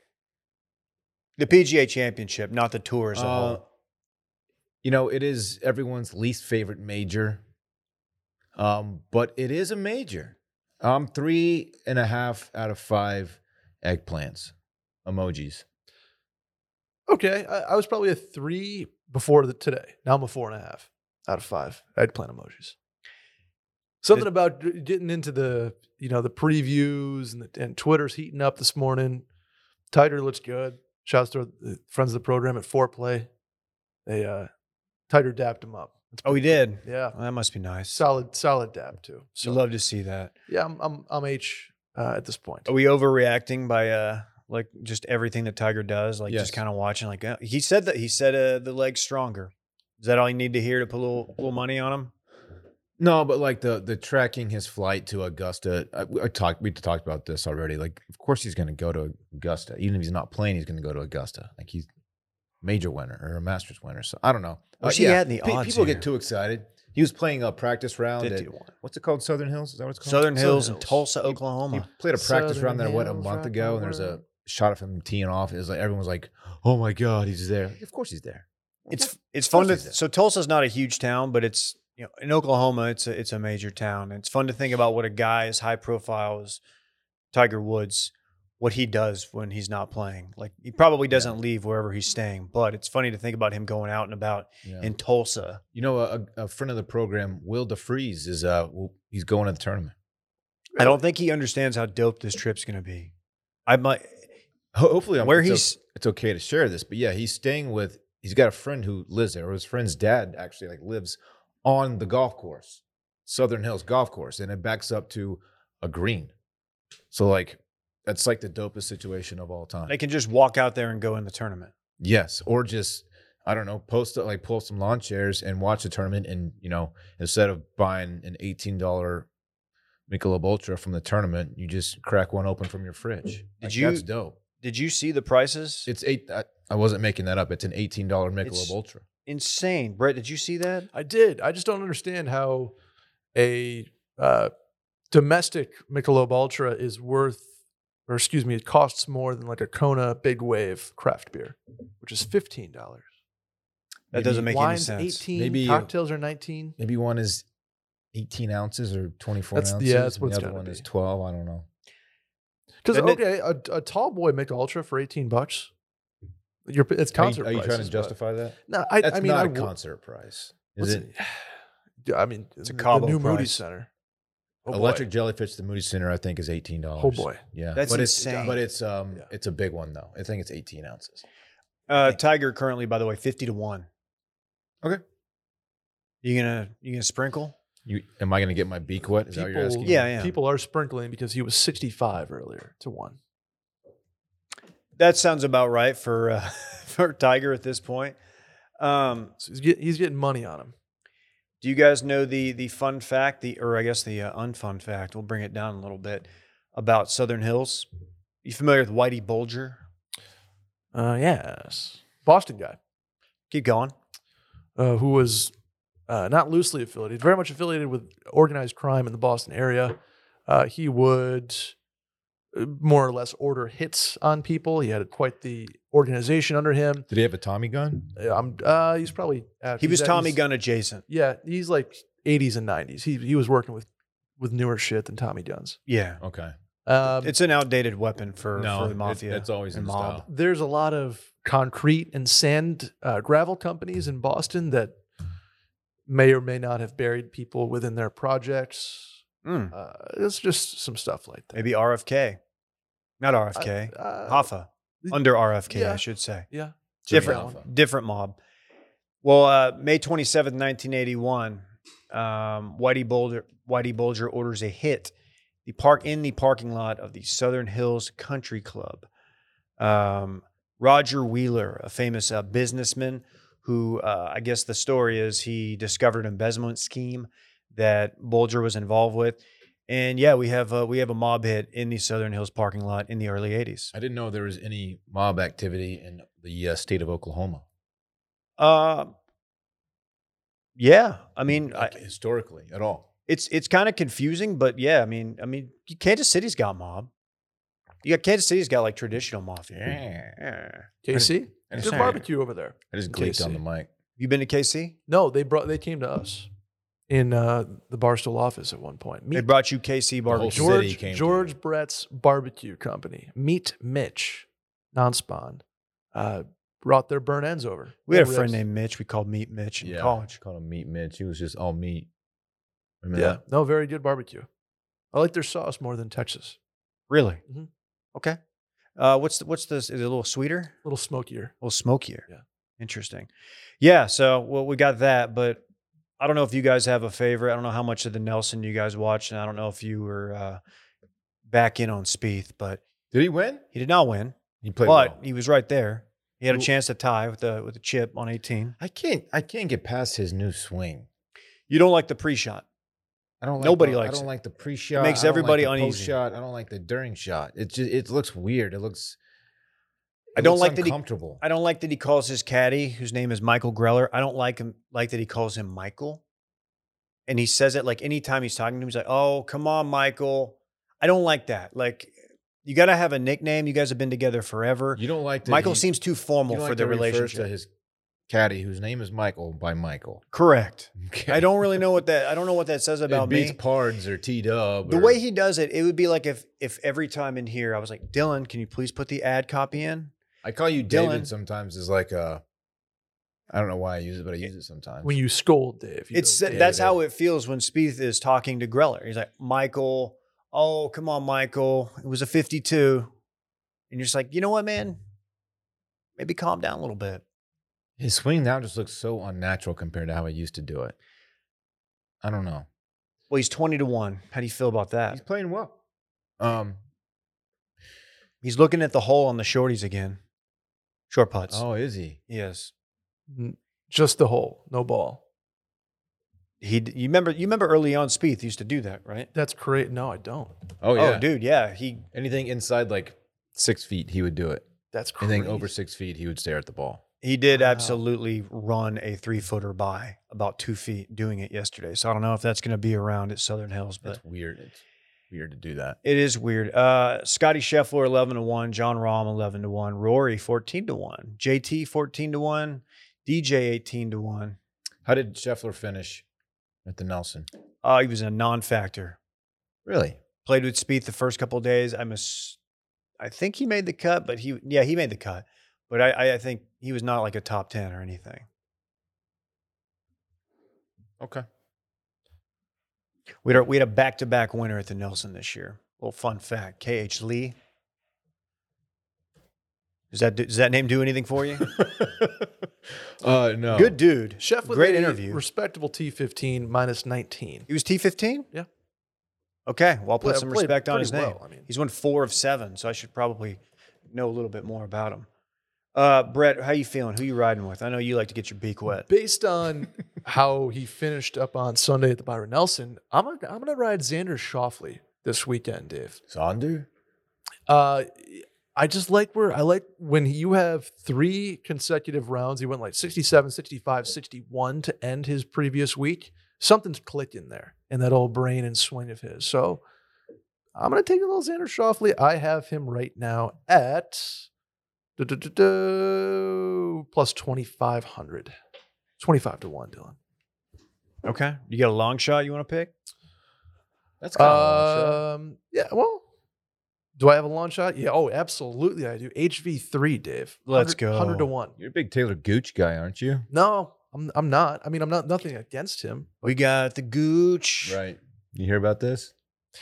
S1: The PGA Championship, not the tour as a
S2: Uh,
S1: whole.
S2: You know, it is everyone's least favorite major, um, but it is a major. I'm three and a half out of five eggplants emojis.
S3: Okay, I, I was probably a three before the, today. Now I'm a four and a half out of five eggplant emojis. Something
S1: Did-
S3: about d- getting into the you know the previews and the, and Twitter's heating up this morning. Tiger looks good. Shouts to the friends of the program at Foreplay. They uh, Tiger dapped him up.
S1: Oh, he did.
S3: Yeah.
S1: Well, that must be nice.
S3: Solid, solid dab too. So
S1: I'd love to see that.
S3: yeah, I'm I'm I'm H uh, at this point.
S2: Oh,
S1: Are we overreacting by uh like just everything that Tiger does? Like
S2: Yes.
S1: just kind of watching. Like uh, he said that he said uh, the leg's stronger. Is that all you need to hear to put a little little money on him?
S2: No, but like the the tracking his flight to Augusta, I, I talked we talked about this already. Like, of course he's going to go to Augusta, even if he's not playing, he's going to go to Augusta. Like he's a major winner or a Masters winner. So I don't know. Uh,
S1: What's he at in the
S2: Pe-
S1: odds
S2: people
S1: here?
S2: get too excited. He was playing a practice round.
S1: Fifty
S2: At,
S1: to one.
S2: what's it called? Southern Hills? Is that what it's called?
S1: Southern Hills and
S3: Hills.
S1: Tulsa,
S2: He
S1: Oklahoma.
S2: played a practice
S3: Southern
S2: round there what a
S3: Hills,
S2: month
S3: rock
S2: ago, and
S3: on
S2: there's a
S3: word.
S2: shot of him teeing off. It was like everyone was like, "Oh my god, he's there!" Of course he's there.
S1: It's it's fun to
S2: course he's
S1: so Tulsa's not a huge town, but it's you know in Oklahoma it's a it's a major town. It's fun to think about what a guy as high profile as Tiger Woods, what he does when he's not playing. Like he probably
S2: Yeah.
S1: doesn't leave wherever he's staying, but it's funny to think about him going out and about
S2: Yeah.
S1: in Tulsa.
S2: You know, a, a friend of the program, Will DeFries, is uh, w- he's going to the tournament.
S1: I don't think he understands how dope this trip's gonna be. I might
S2: Ho- Hopefully, I'm,
S1: where
S2: it's o-
S1: he's
S2: it's okay to share this, but yeah, he's staying with. He's got a friend who lives there, or his friend's dad actually like lives on the golf course, Southern Hills Golf Course, and it backs up to a green. So like, that's like the dopest situation of all time.
S1: they can just walk out there and go in the tournament.
S2: Yes, or just I don't know, post like pull some lawn chairs and watch the tournament, and you know, instead of buying an eighteen dollar Michelob Ultra from the tournament, you just crack one open from your
S3: Mm,
S2: fridge. Did
S1: you-
S2: That's dope.
S1: Did you see the prices?
S2: It's eight. I, I wasn't making that up. It's an eighteen dollar Michelob
S1: It's-
S2: Ultra.
S1: Insane. Brett, did you see that?
S3: I did. I just don't understand how a uh, domestic Michelob Ultra is worth, or excuse me, it costs more than like a Kona Big Wave craft beer, which is fifteen dollars.
S1: That
S2: Maybe
S1: doesn't make any
S3: Wine's
S1: sense.
S3: eighteen,
S2: Maybe- uh,
S3: cocktails are nineteen.
S2: Maybe one is eighteen ounces or twenty four
S3: That's-
S2: ounces.
S3: yeah, that's
S2: and
S3: what it's
S2: the other
S3: gotta
S2: one
S3: be.
S2: is twelve. I don't know.
S3: Because
S1: Doesn't it-
S3: okay, a, a tall boy Michelob Ultra for eighteen bucks. Your it's
S2: Are you-
S3: concert.
S2: are you, trying
S3: prices,
S2: to
S3: but-
S2: justify that?
S3: No, I,
S2: That's
S3: I mean,
S2: not
S3: I
S2: a
S3: would-
S2: concert price.
S3: what's
S2: Is it?
S3: Yeah, I mean, it's
S1: a
S3: a
S1: Cabo
S3: the new Moody
S1: price.
S3: Center. Oh, boy.
S2: Electric Jellyfish, the Moody Center, I think is eighteen dollars.
S3: Oh boy.
S2: Yeah,
S1: That's
S2: but
S1: insane.
S2: It's, but it's um,
S3: Yeah.
S2: it's a big one though. I think it's 18 ounces.
S1: Uh, Tiger currently, by the way, fifty to one.
S2: Okay.
S1: You gonna you gonna sprinkle?
S2: You am I going to get my beak wet? Is that what you're asking?
S1: Yeah, yeah.
S3: People are sprinkling because he was 65 earlier to one.
S1: That sounds about right for uh, for Tiger at this point. Um,
S3: So he's, get, he's getting money on him.
S1: do you guys know the the fun fact, the or I guess the uh, unfun fact? We'll bring it down a little bit about Southern Hills. You familiar with Whitey Bulger?
S3: Uh, yes. Boston guy
S1: Keep going.
S3: uh, who was uh, not loosely affiliated, very much affiliated with organized crime in the Boston area. Uh, he would uh, more or less order hits on people. He had quite the organization under him.
S2: Did he have a Tommy gun?
S3: Uh, I'm, uh, he's probably uh,
S1: He
S3: he's
S1: was
S3: at-
S1: Tommy
S3: he's-
S1: Gunn adjacent.
S3: Yeah, he's like 80s and 90s. He he was working with with newer shit than Tommy Guns.
S1: Yeah,
S2: Okay.
S3: Um,
S1: it's an outdated weapon for, for the
S2: it-
S1: mafia.
S2: it's always
S1: and
S2: in
S1: mob.
S2: style.
S3: there's a lot of concrete and sand uh, gravel companies in Boston that may or may not have buried people within their projects.
S1: Mm,
S3: Uh, it's just some stuff like that.
S1: maybe RFK, not RFK,
S3: Uh,
S1: Hoffa under RFK, I
S3: yeah.
S1: should say.
S3: Yeah.
S2: Jimmy
S1: different
S2: Hoffa.
S1: different mob. Well, uh, May 27th, 1981, um, Whitey Bulger Whitey Bulger orders a hit the park in the parking lot of the Southern Hills Country Club. Um, Roger Wheeler, a famous uh, businessman, who uh, I guess the story is he discovered an embezzlement scheme that Bulger was involved with, and yeah, we have uh, we have a mob hit in the Southern Hills parking lot in the early 80s.
S2: I didn't know there was any mob activity in the uh, state of Oklahoma.
S1: Uh, yeah,
S2: Mm,
S1: I mean, I,
S2: Like, historically at all.
S1: it's it's kind of confusing, but yeah, I mean, I mean, Kansas City's got mob. You got Kansas City's got like traditional mafia. Yeah.
S3: KC,
S2: I
S3: there's
S2: just,
S3: barbecue over there.
S2: I just gleeked on the
S3: KC.
S2: mic.
S1: You been to KC?
S3: No, they brought they came to us in uh, the Barstool office at one point.
S1: They
S3: Meet
S1: brought you KC
S2: whole
S1: barbecue.
S2: shit.
S3: George
S2: City came to
S3: George
S2: you.
S3: Brett's barbecue company. Meet Mitch, non-spawn. Uh, brought their burn ends over.
S1: We had a
S3: Ribs.
S1: friend named Mitch. We called Meat Mitch in college.
S2: Called him Meat Mitch. He was just all meat.
S3: Yeah.
S2: Remember that?
S3: No, very good barbecue. I like their sauce more than Texas.
S1: Really?
S3: Mhm.
S1: Okay. Uh, what's the, what's this? Is it a little sweeter?
S3: A little smokier.
S1: A little smokier.
S3: Yeah.
S1: Interesting. Yeah. So well, we got that, but I don't know if you guys have a favorite. I don't know how much of the Nelson you guys watched, and I don't know if you were uh, back in on Spieth, but
S2: Did he win?
S1: he did not win.
S2: He played
S1: but
S2: well.
S1: he was right there. He had a
S2: Who-
S1: chance to tie with the with a chip on 18.
S2: I can't. I can't get past his new swing.
S1: You don't like the pre-shot.
S2: I don't. Like
S1: Nobody
S2: the,
S1: likes
S2: I don't
S1: it.
S2: like the pre-shot.
S1: makes
S2: I don't
S1: everybody
S2: like the
S1: uneasy.
S2: Post-shot. I don't like the during shot. It just. It looks weird. It looks.
S1: I don't
S2: looks
S1: like that he-
S2: uncomfortable.
S1: I don't like that he calls his caddy, whose name is Michael Greller. I don't like him like that he calls him Michael. And he says it like anytime he's talking to him, he's like, Oh, come on, Michael. I don't like that. Like you gotta have a nickname. You guys have been together forever.
S2: you don't like that
S1: Michael
S2: he-
S1: seems too
S2: you
S1: formal
S2: don't
S1: for
S2: like
S1: their
S2: that he refers
S1: relationship.
S2: To his caddy, whose name is Michael, by Michael.
S1: Correct.
S2: Okay.
S1: I don't really know what that I don't know what that says about
S2: it beats
S1: me.
S2: Pards or T Dub.
S1: The way he does it, it would be like if if every time in here I was like, Dylan, can you please put the ad copy in?
S2: I call you David
S1: Dylan-
S2: sometimes is like a. I don't know why I use it, but I use it sometimes.
S3: When you scold Dave, you
S1: It's
S3: go,
S1: that-
S3: "Dave,
S1: that's
S2: David.
S1: how it feels when Spieth is talking to Greller. He's like, Michael, oh come on, Michael, it was a 52, and you're just like, you know what, man, maybe calm down a little bit.
S2: his swing now just looks so unnatural compared to how he used to do it. I don't know.
S1: Well, he's 20 to one. How do you feel about
S2: He's
S1: that?
S2: playing well. Um.
S1: He's looking at the hole on the shorties again, short putts.
S2: Oh, is he?
S1: Yes,
S3: n- just the hole, no ball.
S1: he. d- You remember? You remember early on, Spieth used to do that, right?
S3: That's great. No, I don't.
S2: Oh yeah.
S1: oh dude, yeah. He
S2: Anything inside like six feet, he would do it.
S3: That's crazy.
S2: Anything over six feet, he would stare at the ball.
S1: He did
S3: Wow.
S1: absolutely run a three footer by about two feet doing it yesterday. So I don't know if that's going to be around at Southern Hills, but
S2: That's weird. It's weird to do that.
S1: it is weird. Uh, Scotty Scheffler, 11 to 1. John Rahm, 11 to 1. Rory, 14 to 1. JT, 14 to 1. DJ, 18 to 1.
S2: How did Scheffler finish at the Nelson?
S1: Uh, he was a non factor.
S2: Really?
S1: Played with Speed the first couple of days. I miss, I think he made the cut, but he, yeah, he made the cut. But I, I, I think he was not like a top 10 or anything.
S2: Okay.
S1: We had, a- we had a back to back winner at the Nelson this year. Little fun fact: K.H. Lee. Does that do, does that name do anything for you?
S2: uh no.
S1: Good dude.
S3: Chef with
S1: Great
S3: a
S1: interview.
S3: Respectable T15 minus 19.
S1: He was T fifteen.
S3: Yeah.
S1: Okay. Well, I'll put
S3: Play-
S1: some
S3: played
S1: respect on
S3: pretty
S1: his name.
S3: well, I mean,
S1: He's won four of seven, so I should probably know a little bit more about him. Uh, Brett, how you feeling? Who you riding with? I know you like to get your beak wet.
S3: based on how he finished up on Sunday at the Byron Nelson, I'm gonna, I'm gonna ride Xander Shoffley this weekend, Dave.
S2: Sonder?
S3: Uh, I just like where I like when you have three consecutive rounds. He went like 67, 65, 61 to end his previous week. Something's clicking there in that old brain and swing of his. So I'm gonna take a little Xander Shoffley. I have him right now at. duh, duh, duh, duh, Plus 2,500. 25 to 1, Dylan.
S1: Okay. You got a long shot you want to pick?
S2: That's
S3: Uh,
S2: kind of
S3: Um, yeah, well, do I have a long shot? Yeah, oh, absolutely, I do. HV3, Dave.
S1: Let's
S3: 100 100 to
S1: go.
S3: 1.
S2: You're a big Taylor Gooch guy, aren't you?
S3: No, I'm, I'm not. I mean, I'm not nothing against him.
S1: We got the Gooch.
S2: Right. You hear about this?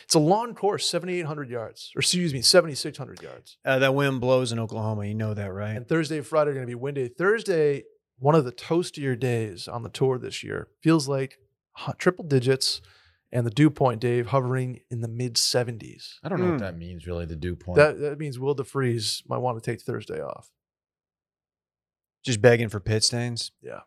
S3: It's a long course, 7,800 yards, or excuse me, 7,600 yards.
S1: Uh, that wind blows in Oklahoma. You know that, right?
S3: And Thursday and Friday are going to be windy. Thursday, one of the toastier days on the tour this year, feels like hu- triple digits and the dew point, Dave, hovering in the mid 70s.
S2: I don't know
S1: Mm.
S2: what that means really, the dew point.
S3: Hmm. That, that means Will DeFries might want to take Thursday off.
S1: Just begging for pit stains.
S3: Yeah.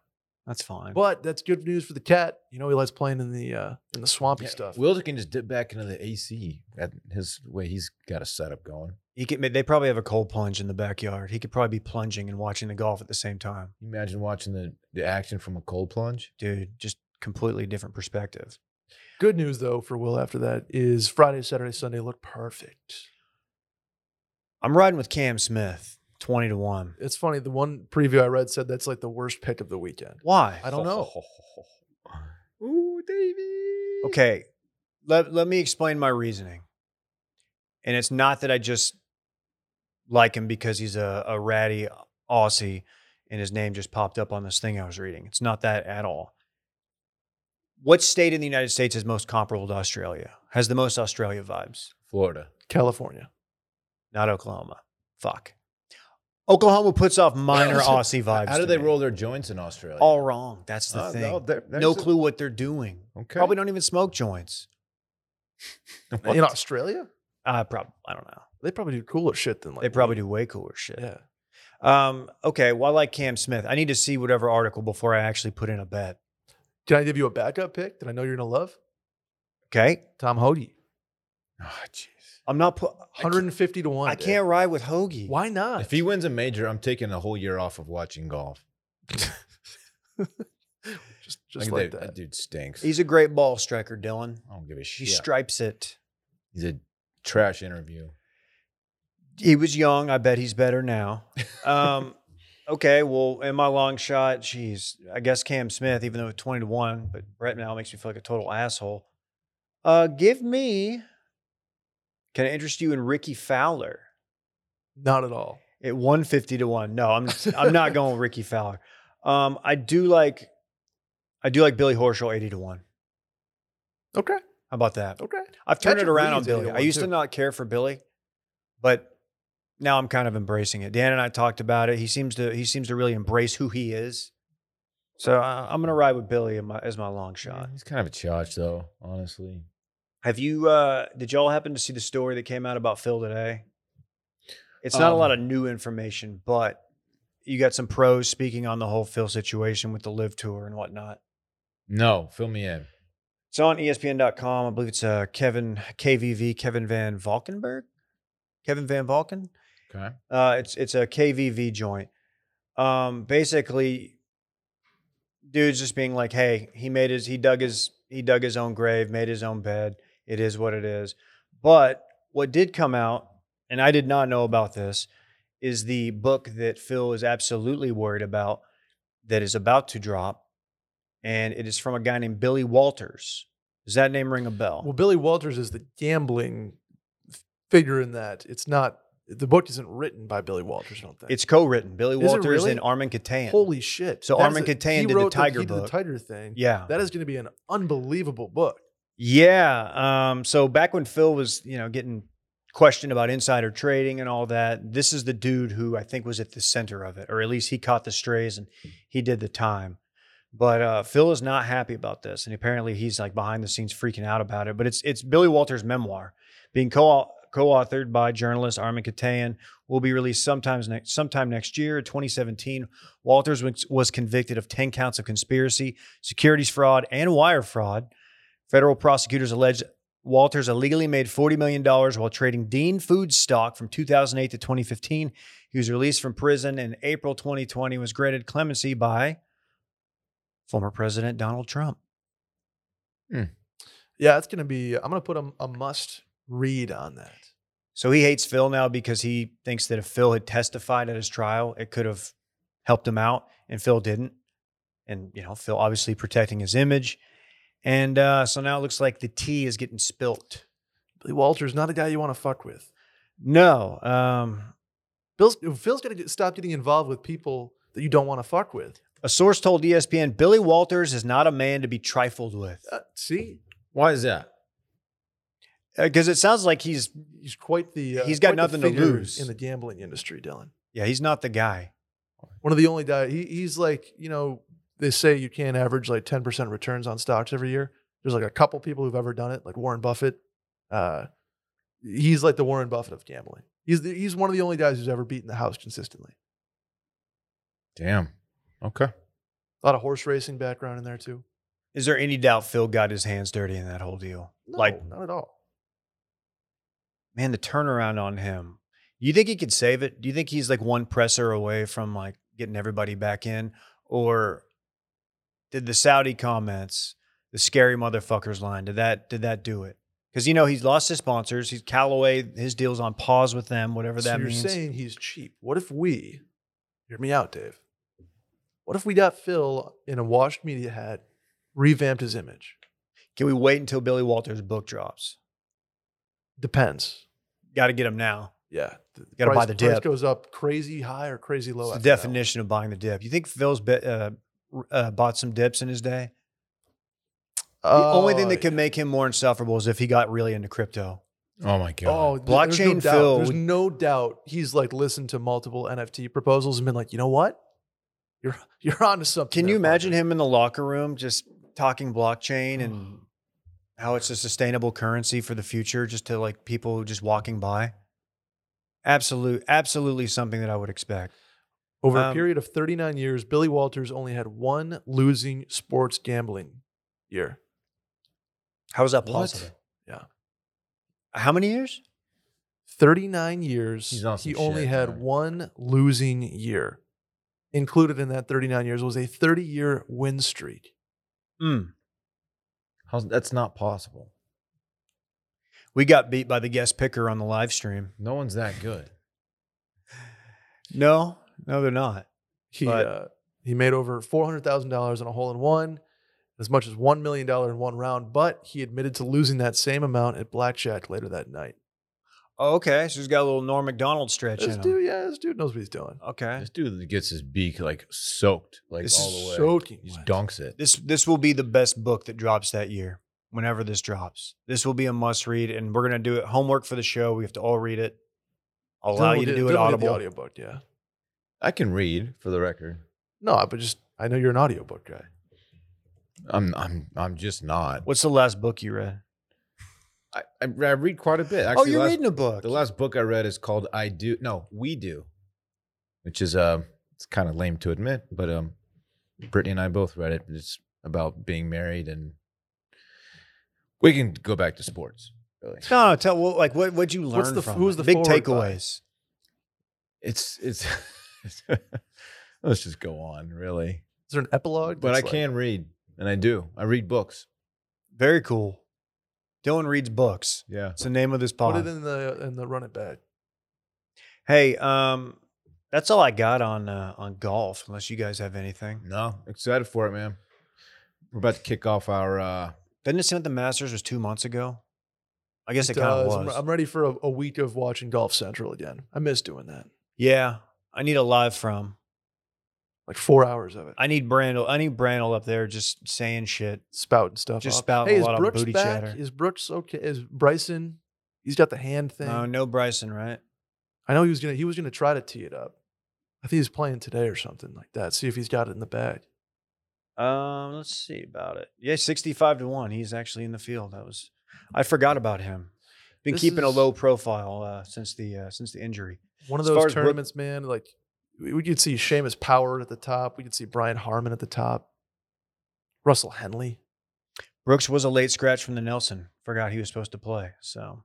S1: That's fine.
S3: But that's good news for the cat. You know, he likes playing in the uh, in the swampy
S2: Yeah,
S3: stuff.
S2: Wilder can just dip back into the AC at his way he's got a setup going.
S1: He could. They probably have a cold plunge in the backyard. He could probably be plunging and watching the golf at the same time,
S2: You imagine watching the, the action from a cold plunge?
S1: dude. Just completely different perspective.
S3: good news though for Will after that is Friday, Saturday, Sunday look perfect.
S1: I'm riding with Cam Smith, twenty to one.
S3: It's funny. The one preview I read said that's like the worst pick of the weekend.
S1: Why?
S3: I don't know.
S2: Ooh, Davey.
S1: Okay, let let me explain my reasoning. And it's not that I just like him because he's a, a ratty Aussie and his name just popped up on this thing I was reading. It's not that at all. What state in the United States is most comparable to Australia? Has the most Australia vibes?
S2: Florida.
S3: California.
S1: not Oklahoma. Fuck. Oklahoma puts off minor Aussie vibes.
S2: How do
S1: to
S2: they
S1: me.
S2: roll their joints in Australia?
S1: All wrong. That's the
S2: Uh,
S1: thing.
S2: no,
S1: No,
S2: there- there's a-
S1: clue what they're doing.
S2: Okay.
S1: Probably don't even smoke joints.
S2: What?
S3: In Australia,
S1: Uh, prob- I don't know.
S3: they probably do cooler shit than like
S1: They probably do way cooler shit.
S3: Yeah.
S1: Um, okay. Well, I like Cam Smith. I need to see whatever article before I actually put in a bet.
S3: Can I give you a backup pick that I know you're gonna love?
S1: Okay.
S3: Tom Hoagie,
S1: Ah,
S2: Oh, jeez.
S1: I'm not. Pu- I can't,
S3: 150 to one.
S1: I
S3: dude.
S1: can't ride with Hoagie.
S3: Why not?
S2: If he wins a major, I'm taking a whole year off of watching golf.
S3: just just
S2: Like,
S3: like
S2: dude,
S3: that.
S2: dude stinks.
S1: He's a great ball striker, Dylan.
S2: I don't give a
S1: He
S2: shit.
S1: stripes it.
S2: He's a trash interview.
S1: He was young. I bet he's better now. Um, okay. Well, in my long shot, jeez, I guess Cam Smith, even though it's 20 to 1, but Brett now makes me feel like a total asshole. Uh, give me, can I interest you in Ricky Fowler
S3: Not at all.
S1: at 150 to 1? No, I'm, I'm not going with Ricky Fowler. Um, I do like, I do like Billy Horschel 80 to 1.
S3: Okay.
S1: How about that?
S3: Okay.
S1: I've turned
S3: Patrick
S1: it around on
S3: Reed's the
S1: Billy.
S3: other
S1: I
S3: one,
S1: used to
S3: too.
S1: not care for Billy, but now I'm kind of embracing it. Dan and I talked about it. He seems to he seems to really embrace who he is. So uh, I'm gonna ride with Billy in my, as my long shot.
S2: He's kind of a chotch, though, honestly.
S1: Have you? Uh, did y'all happen to see the story that came out about Phil today? It's not a
S2: Um,
S1: lot of new information, but you got some pros speaking on the whole Phil situation with the live tour and whatnot.
S2: No, fill me in.
S1: It's on E ESPN.com. I believe it's uh, Kevin KVV Kevin Van Valkenburg, Kevin Van Valken.
S2: Okay.
S1: Uh, it's it's a KVV joint. Um, basically, dude's just being like, "Hey, he made his he dug his he dug his own grave, made his own bed. It is what it is." But what did come out, and I did not know about this, is the book that Phil is absolutely worried about that is about to drop, and it is from a guy named Billy Walters. Does that name ring a bell?
S3: Well, Billy Walters is the gambling f- figure in that. It's not the book isn't written by Billy Walters. I don't think
S1: it's co-written. Billy
S3: Is it
S1: Walters
S3: really?
S1: and Armin Katayan.
S3: holy shit.
S1: So
S3: That
S1: Armin
S3: is a-
S1: Katayan
S3: he
S1: did the
S3: wrote
S1: Tiger
S3: he did
S1: book.
S3: the Tiger thing.
S1: yeah.
S3: That is going to be an unbelievable book.
S1: Yeah. Um, so back when Phil was, you know, getting questioned about insider trading and all that, this is the dude who I think was at the center of it, or at least he caught the strays and he did the time. But uh, Phil is not happy about this, and apparently he's like behind the scenes freaking out about it. But it's it's Billy Walters' memoir being co co-authored by journalist Armin Katayan will be released sometimes next sometime next year 2017 walters was, was convicted of 10 counts of conspiracy securities fraud and wire fraud Federal prosecutors allege Walters illegally made $40 million while trading Dean Foods stock from 2008 to 2015. He was released from prison in April 2020 and was granted clemency by former President Donald Trump.
S3: Yeah, it's going to be. I'm going to put a, a must read on that.
S1: So he hates Phil now because he thinks that if Phil had testified at his trial, it could have helped him out, and Phil didn't. And, you know, Phil obviously protecting his image. And uh, so now it looks like the tea is getting spilt.
S3: Billy Walters not a guy you want to fuck with.
S1: No. Um,
S3: Bill's Phil's got to get, stop getting involved with people that you don't want to fuck with.
S1: A source told E ESPN Billy Walters is not a man to be trifled with.
S3: Uh, see,
S2: Why is that?
S1: Because Uh, it sounds like he's,
S3: he's quite the. Uh,
S1: He's got
S3: quite the
S1: nothing to
S3: figure
S1: lose.
S3: in the gambling industry, Dylan.
S1: yeah, he's not the guy.
S3: One of the only guy. He, he's like you know they say you can't average like ten percent returns on stocks every year. There's like a couple people who've ever done it, like Warren Buffett. Uh, he's like the Warren Buffett of gambling. He's the, he's one of the only guys who's ever beaten the house consistently.
S2: Damn. Okay.
S3: A lot of horse racing background in there too.
S1: Is there any doubt Phil got his hands dirty in that whole deal?
S3: No,
S1: Like,
S3: not at all.
S1: man, the turnaround on him. You think he could save it? Do you think he's like one presser away from like getting everybody back in? Or did the Saudi comments, the scary motherfuckers line, did that did that do it? Because you know he's lost his sponsors. He's Callaway. His deal's on pause with them, whatever
S3: so
S1: that
S3: you're
S1: means.
S3: saying he's cheap. What if we, hear me out, Dave? What if we got Phil in a washed media hat, revamped his image?
S1: Can we wait until Billy Walters' book drops?
S3: Depends.
S1: Got to get him now.
S3: Yeah. The
S1: Gotta buy
S3: price,
S1: the
S3: price
S1: dip.
S3: goes up crazy high or crazy
S1: It's
S3: low.
S1: the
S3: after that one.
S1: definition of buying the dip. You think Phil's be, uh, r- uh, bought some dips in his day? The only thing
S3: Oh,
S1: Oh, that could make him more insufferable is if he got really into crypto.
S2: Oh my god.
S3: Oh, th- there's no
S1: Blockchain
S3: doubt-
S1: Phil
S3: There's
S1: would-
S3: no doubt he's like listened to multiple NFT proposals and been like, you know what, you're you're onto something.
S1: Can
S3: there,
S1: you imagine
S3: partner."
S1: him in the locker room just talking blockchain and how it's a sustainable currency for the future just to like people just walking by? Absolute, absolutely something that I would expect.
S3: Over a
S1: Um,
S3: period of 39 years, Billy Walters only had one losing sports gambling year.
S1: How is that
S2: What?
S1: possible?
S3: Yeah.
S1: How many years?
S3: 39 years,
S2: He's on some
S3: he only
S2: shit,
S3: had
S2: man.
S3: one losing year. Included in that 39 years was a 30 year win streak.
S1: Mm.
S2: How's, that's not possible.
S1: We got beat by the guest picker on the live stream.
S2: No one's that good.
S1: No, no, they're not.
S3: He
S1: But-
S3: uh, he made over $400,000 on a hole in one, as much as $1 million in one round, but he admitted to losing that same amount at blackjack later that night.
S1: Oh, okay. So he's got a little Norm McDonald stretch
S3: This
S1: in him.
S3: dude, yeah, this dude knows what he's doing.
S1: Okay.
S2: This dude gets his beak like soaked, like
S1: This
S2: all
S1: is
S2: the way.
S3: soaking
S2: He just
S3: wet.
S2: dunks it.
S1: This this will be the best book that drops that year. Whenever this drops, this will be a must read, and we're gonna do it homework for the show. We have to all read it. I'll allow
S3: Dylan
S1: you to
S3: did-
S1: do it
S3: Dylan did the
S1: audible.
S3: audiobook, yeah.
S2: I can read for the record.
S3: No, but just, I know you're an audiobook guy.
S2: I'm I'm I'm just not.
S1: What's the last book you read?
S2: I, I, I read quite a bit.
S1: oh,
S2: Actually,
S1: you're
S2: last,
S1: reading a book.
S2: the last book I read is called I Do No, We Do, which is uh it's kind of lame to admit, but um Brittany and I both read it. It's about being married and we can go back to sports, really.
S1: no, no, tell well, like what what'd you learn
S3: What's the-
S1: from?
S3: who's
S1: it?
S3: the
S1: big
S3: forward by?
S1: takeaways?
S2: It's it's let's just go on, really.
S3: Is there an epilogue?
S2: But I
S3: That's like-
S2: can read and I do. I read books.
S1: Very cool. Dylan reads books.
S2: Yeah.
S1: It's the name of this
S3: Put it
S1: pod.
S3: in the in the run it back.
S1: hey, um, that's all I got on uh, on golf. Unless you guys have anything.
S2: No, excited for it, man. We're about to kick off our uh
S1: Doesn't it seem like the Masters was two months ago? I guess it, kind
S3: Does.
S1: of
S3: I'm,
S1: was.
S3: I'm ready for a, a week of watching Golf Central again. I miss doing that.
S1: yeah, I need a live from.
S3: Like four hours of it,
S1: I need Brandel. I need Brandel up there just saying shit.
S3: spouting stuff.
S1: Just
S3: off.
S1: spouting a
S3: hey, is
S1: lot of
S3: Brooks
S1: booty
S3: back?
S1: chatter. Oh,
S3: Is Brooks okay? Is Bryson? He's got the hand thing.
S1: Uh, No, no Bryson, right?
S3: I know he was gonna he was gonna try to tee it up. I think he's playing today or something like that. See if he's got it in the bag.
S1: Um, let's see about it. Yeah, sixty-five to one. He's actually in the field. That was, I forgot about him. Been
S3: This
S1: keeping a
S3: is-
S1: low profile uh, since the uh, since the injury.
S3: One of
S1: As far
S3: those
S1: as Brook-
S3: tournaments, man. Like we, we could see Seamus Power at the top. We could see Brian Harmon at the top. Russell Henley.
S1: Brooks was a late scratch from the Nelson. Forgot he was supposed to play. So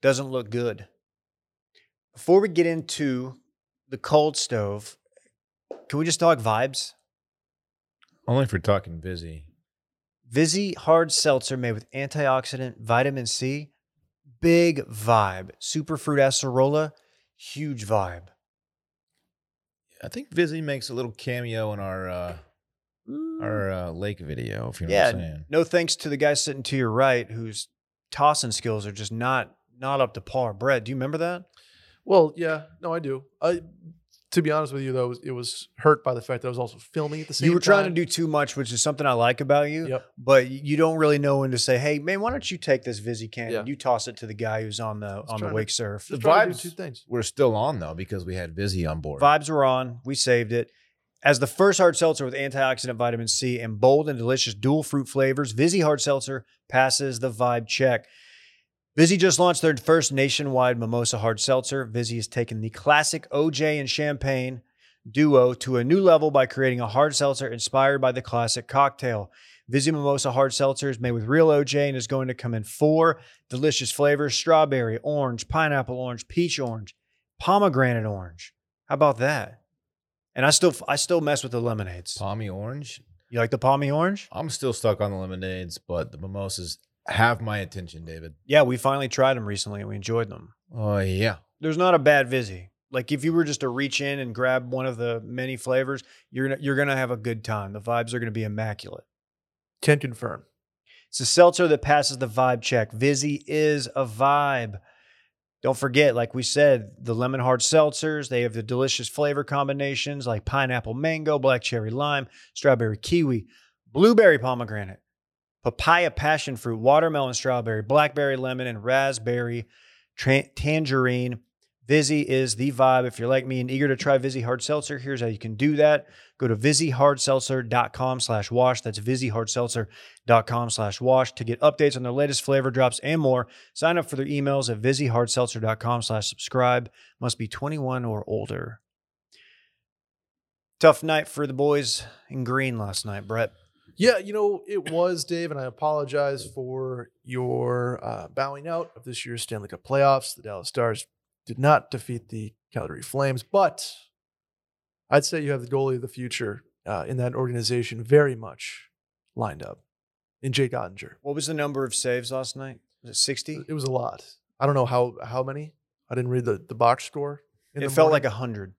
S1: doesn't look good. Before we get into the cold stove, can we just talk vibes?
S2: only if we're talking busy.
S1: Vizzy hard seltzer made with antioxidant vitamin C. Big vibe. Superfruit acerola, huge vibe.
S2: I think Vizzy makes a little cameo in our uh, our uh, lake video, if you know
S1: Yeah,
S2: what I'm saying.
S1: No thanks to the guy sitting to your right whose tossing skills are just not not up to par. Brett, do you remember that?
S3: Well, yeah, no, I do. I, to be honest with you, though, it was hurt by the fact that I was also filming at the same.
S1: you were trying
S3: time.
S1: to do too much, which is something I like about you.
S3: Yep.
S1: But you don't really know when to say, "Hey, man, why don't you take this Vizzy can?
S3: Yeah.
S1: and You toss it to the guy who's on the on the
S3: trying to-
S1: wake surf."
S2: The
S3: Just trying to
S2: vibes-
S3: do two things.
S2: We're still on though because we had Vizzy on board.
S1: Vibes were on. We saved it. As the first hard seltzer with antioxidant vitamin C and bold and delicious dual fruit flavors, Vizzy Hard Seltzer passes the vibe check. Vizzy just launched their first nationwide mimosa hard seltzer. Vizzy has taken the classic OJ and champagne duo to a new level by creating a hard seltzer inspired by the classic cocktail. Vizzy Mimosa Hard Seltzer is made with real OJ and is going to come in four delicious flavors strawberry, orange, pineapple orange, peach orange, pomegranate orange. How about that? And I still I still mess with the lemonades.
S2: Palmy orange.
S1: You like the palmy orange?
S2: I'm still stuck on the lemonades, but the mimosas have my attention, David.
S1: Yeah, we finally tried them recently and we enjoyed them.
S2: Oh yeah.
S1: There's not a bad Vizzy. Like if you were just to reach in and grab one of the many flavors, you're gonna, you're gonna have a good time. The vibes are gonna be immaculate.
S3: Can confirm.
S1: It's a seltzer that passes the vibe check. Vizzy is a vibe. Don't forget, like we said, the lemon hard seltzers, they have the delicious flavor combinations like pineapple mango, black cherry lime, strawberry kiwi, blueberry pomegranate, papaya, passion fruit, watermelon, strawberry, blackberry, lemon, and raspberry, tra- tangerine. Vizzy is the vibe. If you're like me and eager to try Vizzy Hard Seltzer, here's how you can do that. Go to VizzyHardSeltzer.com slash wash. That's VizzyHardSeltzer.com slash wash to get updates on their latest flavor drops and more. Sign up for their emails at VizzyHardSeltzer.com slash subscribe. Must be 21 or older. Tough night for the boys in green last night, Brett.
S3: Yeah, you know, it was, Dave, and I apologize for your uh, bowing out of this year's Stanley Cup playoffs. The Dallas Stars did not defeat the Calgary Flames, but I'd say you have the goalie of the future uh, in that organization very much lined up in Jake Ottinger.
S1: What was the number of saves last night? Was it 60?
S3: It was a lot. I don't know how how many. I didn't read the, the box score. in
S1: It
S3: the
S1: felt
S3: morning.
S1: like 100.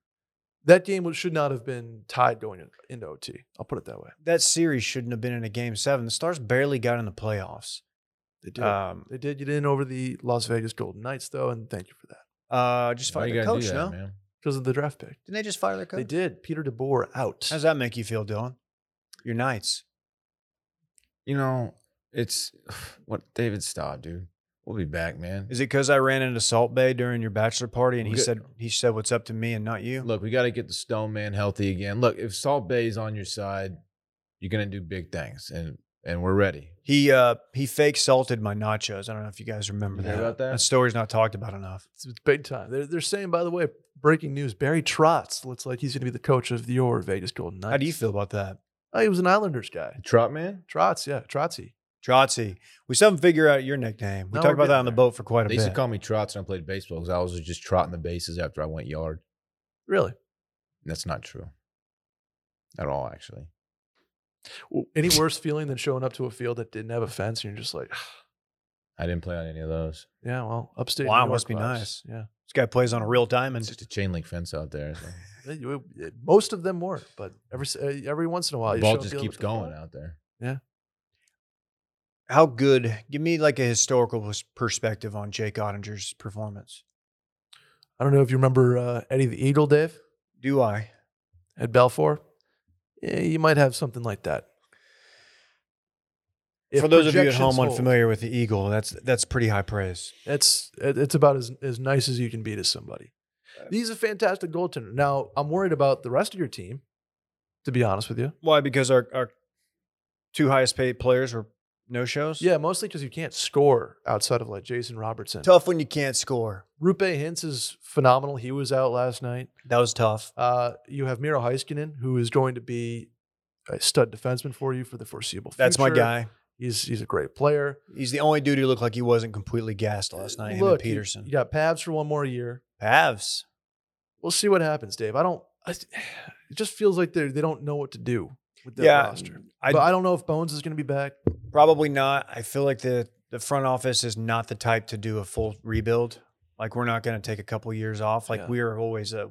S3: that game was- should not have been tied going in- into OT. I'll put it that way.
S1: That series shouldn't have been in a game seven. The Stars barely got in the playoffs.
S3: They did.
S1: Um,
S3: they did get in over the Las Vegas Golden Knights, though, and thank you for that
S1: uh, just
S2: Why
S1: fired
S2: you
S1: their
S2: gotta
S1: coach,
S2: do that,
S1: no?
S2: man?
S3: because of the draft pick.
S1: Didn't they just fire their coach?
S3: They did. Peter DeBoer out.
S1: How does that make you feel, Dylan? Your Knights.
S2: You know, it's what David. Stop, dude. We'll be back, man.
S1: Is it because I ran into Salt Bay during your bachelor party and he
S2: Good.
S1: said he said what's up to me and not you?
S2: Look, we got to get the Stone Man healthy again. Look, if Salt Bay's on your side, you're gonna do big things, and and we're ready.
S1: He uh he fake salted my nachos. I don't know if you guys remember
S2: You hear
S1: that.
S2: about that?
S1: That story's not talked about enough.
S3: It's it's big time. They're, they're saying, by the way, breaking news: Barry Trotz looks like he's going to be the coach of your Vegas Golden Knights.
S1: How do you feel about that?
S3: Oh, he was an Islanders guy.
S2: Trot Man.
S3: Trotz, yeah, Trotzy.
S1: Trotzy. We still haven't figured out your nickname. We
S3: No,
S1: talked
S3: we're
S1: about that
S3: getting
S1: on the
S3: there.
S1: boat for quite a
S2: They
S1: bit.
S2: used to call me Trots when I played baseball because I was just trotting the bases after I went yard.
S3: Really?
S2: That's not true. At all, actually.
S3: W- Any worse feeling than showing up to a field that didn't have a fence and you're just like,
S2: I didn't play on any of those.
S3: yeah, well, upstate.
S1: Wow,
S3: New York
S1: must be
S3: clubs. Yeah.
S1: this guy plays on a real
S2: It's
S1: diamond.
S2: just a chain link fence out there. so.
S3: They- you- it- Most of them were, but every s- uh, every once in a while,
S2: the
S3: you
S2: ball
S3: show up
S2: just
S3: dealing
S2: keeps
S3: with the ball.
S2: going out there.
S1: How good? Give me like a historical pers- perspective on Jake Ottinger's performance.
S3: I don't know if you remember uh, Eddie the Eagle, Dave,
S1: Do I?
S3: at Belfour. Yeah, you might have something like that. If
S1: For those of you at
S3: projections
S1: home
S3: hold,
S1: unfamiliar with the Eagle, that's that's pretty high praise.
S3: it's it- it's about as as nice as you can be to somebody. He's a fantastic goaltender. Now I'm worried about the rest of your team. To be honest with you,
S1: Why? Because our our two highest paid players were no shows.
S3: yeah, mostly because you can't score outside of like Jason Robertson.
S1: tough when you can't score.
S3: Rupe Hintz is phenomenal. He was out last night.
S1: That was tough.
S3: Uh, you have Miro Heiskanen, who is going to be a stud defenseman for you for the foreseeable future.
S1: That's my guy.
S3: He's he's a great player.
S1: He's the only dude who looked like he wasn't completely gassed last night. him and
S3: Look, you-
S1: Peterson.
S3: You, got Pabs for one more year.
S1: Pavs.
S3: We'll see what happens, Dave. I don't. I, it just feels like they they don't know what to do with their
S1: Yeah, mm,
S3: roster.
S1: I-
S3: but I don't know if Bones is going to be back.
S1: Probably not. I feel like the the front office is not the type to do a full rebuild. Like we're not going to take a couple years off. Like
S3: Yeah.
S1: we are always a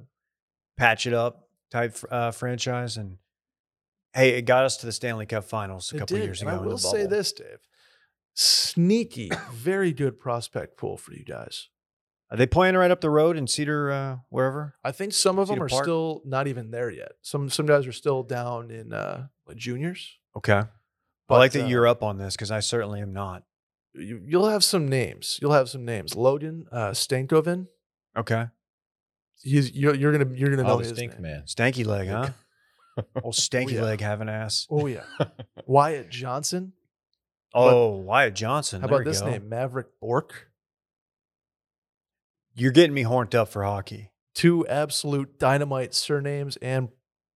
S1: patch it up type uh, franchise. And hey, it got us to the Stanley Cup Finals a
S3: It
S1: couple
S3: did,
S1: years
S3: and
S1: ago.
S3: I
S1: in the
S3: will say
S1: bubble.
S3: this, Dave. Sneaky, very good prospect pool for you guys.
S1: Are they playing right up the road in Cedar, uh, wherever?
S3: I think some of
S1: Cedar
S3: them are
S1: Park?
S3: still not even there yet. Some some guys are still down in uh, like juniors.
S1: Okay.
S3: But,
S1: I like that
S3: uh,
S1: you're up on this because I certainly am not.
S3: you, you'll have some names. You'll have some names. Logan uh, Stankoven.
S1: Okay.
S3: He's you're, you're gonna you're gonna know
S2: Oh, the
S3: his
S2: stink
S3: name.
S2: man.
S1: Stanky leg, huh? Old stanky
S3: yeah.
S1: leg having ass.
S3: Oh yeah, Wyatt Johnson. about-
S1: Oh, Wyatt Johnson.
S3: How
S1: There
S3: about
S1: we
S3: this
S1: go.
S3: name, Maverick Bork?
S1: You're getting me horned up for hockey.
S3: Two absolute dynamite surnames and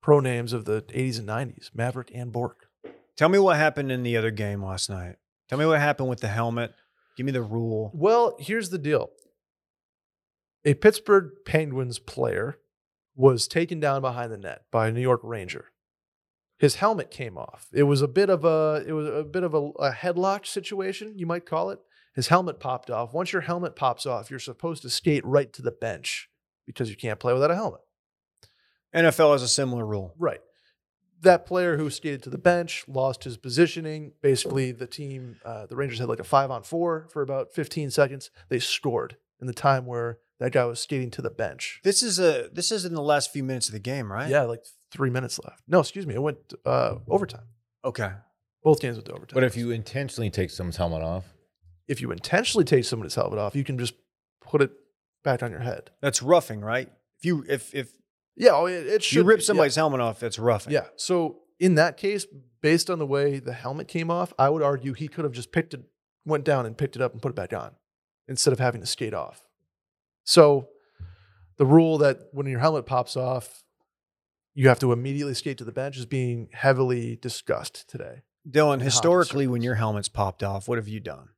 S3: pronames of the 80s and 90s, Maverick and Bork.
S1: Tell me what happened in the other game last night. Tell me what happened with the helmet. Give me the rule.
S3: Well, here's the deal. A Pittsburgh Penguins player was taken down behind the net by a New York Ranger. His helmet came off. It was a bit of a it was a bit of a, a headlock situation, you might call it. His helmet popped off. Once your helmet pops off, you're supposed to skate right to the bench because you can't play without a helmet.
S1: NFL has a similar rule.
S3: Right. That player who skated to the bench lost his positioning. Basically, the team, uh, the Rangers had like a five on four for about 15 seconds. They scored in the time where that guy was skating to the bench.
S1: This is a this is in the last few minutes of the game, right?
S3: Yeah, like three minutes left. No, excuse me. It went uh, overtime.
S1: Okay.
S3: Both games with overtime.
S2: But if you intentionally take someone's helmet off,
S3: if you intentionally take somebody's helmet off, you can just put it back on your head.
S1: That's roughing, right? If you if if
S3: Yeah, oh, it, it should
S1: you rip
S3: be, yeah.
S1: somebody's helmet off, that's roughing.
S3: Yeah. So in that case, based on the way the helmet came off, I would argue he could have just picked it, went down and picked it up and put it back on instead of having to skate off. So the rule that when your helmet pops off, you have to immediately skate to the bench is being heavily discussed today.
S1: Dylan,
S3: hockey
S1: historically, when
S3: circles.
S1: your helmet's popped off, what have you done?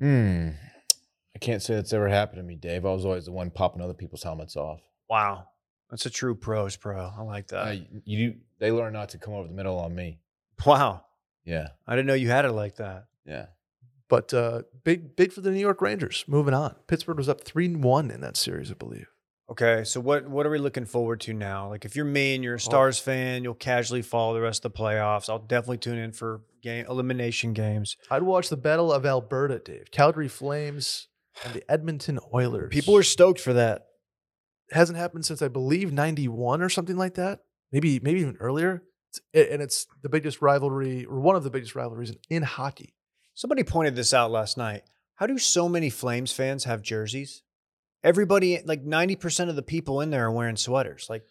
S2: hmm, I can't say that's ever happened to me, Dave. I was always the one popping other people's helmets off.
S1: Wow. That's a true pros pro. I like that.
S2: Uh, you, they learn not to come over the middle on me.
S1: wow.
S2: Yeah,
S1: I didn't know you had it like that.
S2: yeah.
S3: But uh, big, big for the New York Rangers. Moving on, Pittsburgh was up three one in that series, I believe.
S1: Okay, so what what are we looking forward to now? Like, if you're me and you're a Stars fan, you'll casually follow the rest of the playoffs. I'll definitely tune in for game elimination games.
S3: I'd watch the Battle of Alberta, Dave. Calgary Flames and the Edmonton Oilers.
S1: People are stoked for that.
S3: hasn't happened since I believe '91 or something like that. Maybe maybe even earlier. It's, a- and it's the biggest rivalry or one of the biggest rivalries in, in hockey.
S1: Somebody pointed this out last night. How do so many Flames fans have jerseys? Everybody, like ninety percent of the people in there, are wearing sweaters. Like,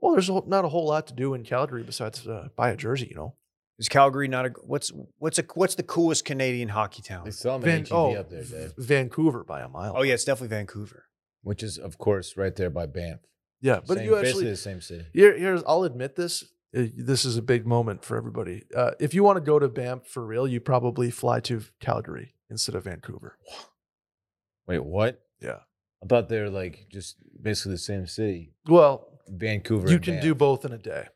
S3: Well, there's a, whole- not a whole lot to do in Calgary besides uh, buy a jersey, you know.
S1: is Calgary not a what's what's a what's the coolest Canadian hockey town?
S2: They sell them
S3: Van-
S2: at
S3: oh,
S2: HEB E up there,
S3: V-
S2: Dave,
S3: Vancouver by a mile.
S1: Oh yeah, it's definitely Vancouver.
S2: which is of course right there by Banff.
S3: yeah. But
S2: Same-
S3: you
S2: basically
S3: actually
S2: the same city.
S3: here, here's I'll admit this. Uh, This is a big moment for everybody. Uh, if you want to go to Banff for real, you probably fly to Calgary instead of Vancouver.
S2: Wait, what?
S3: Yeah.
S2: I thought they were like just basically the same city,
S3: Well,
S2: Vancouver.
S3: you
S2: and
S3: can
S2: Banff.
S3: do both in a day,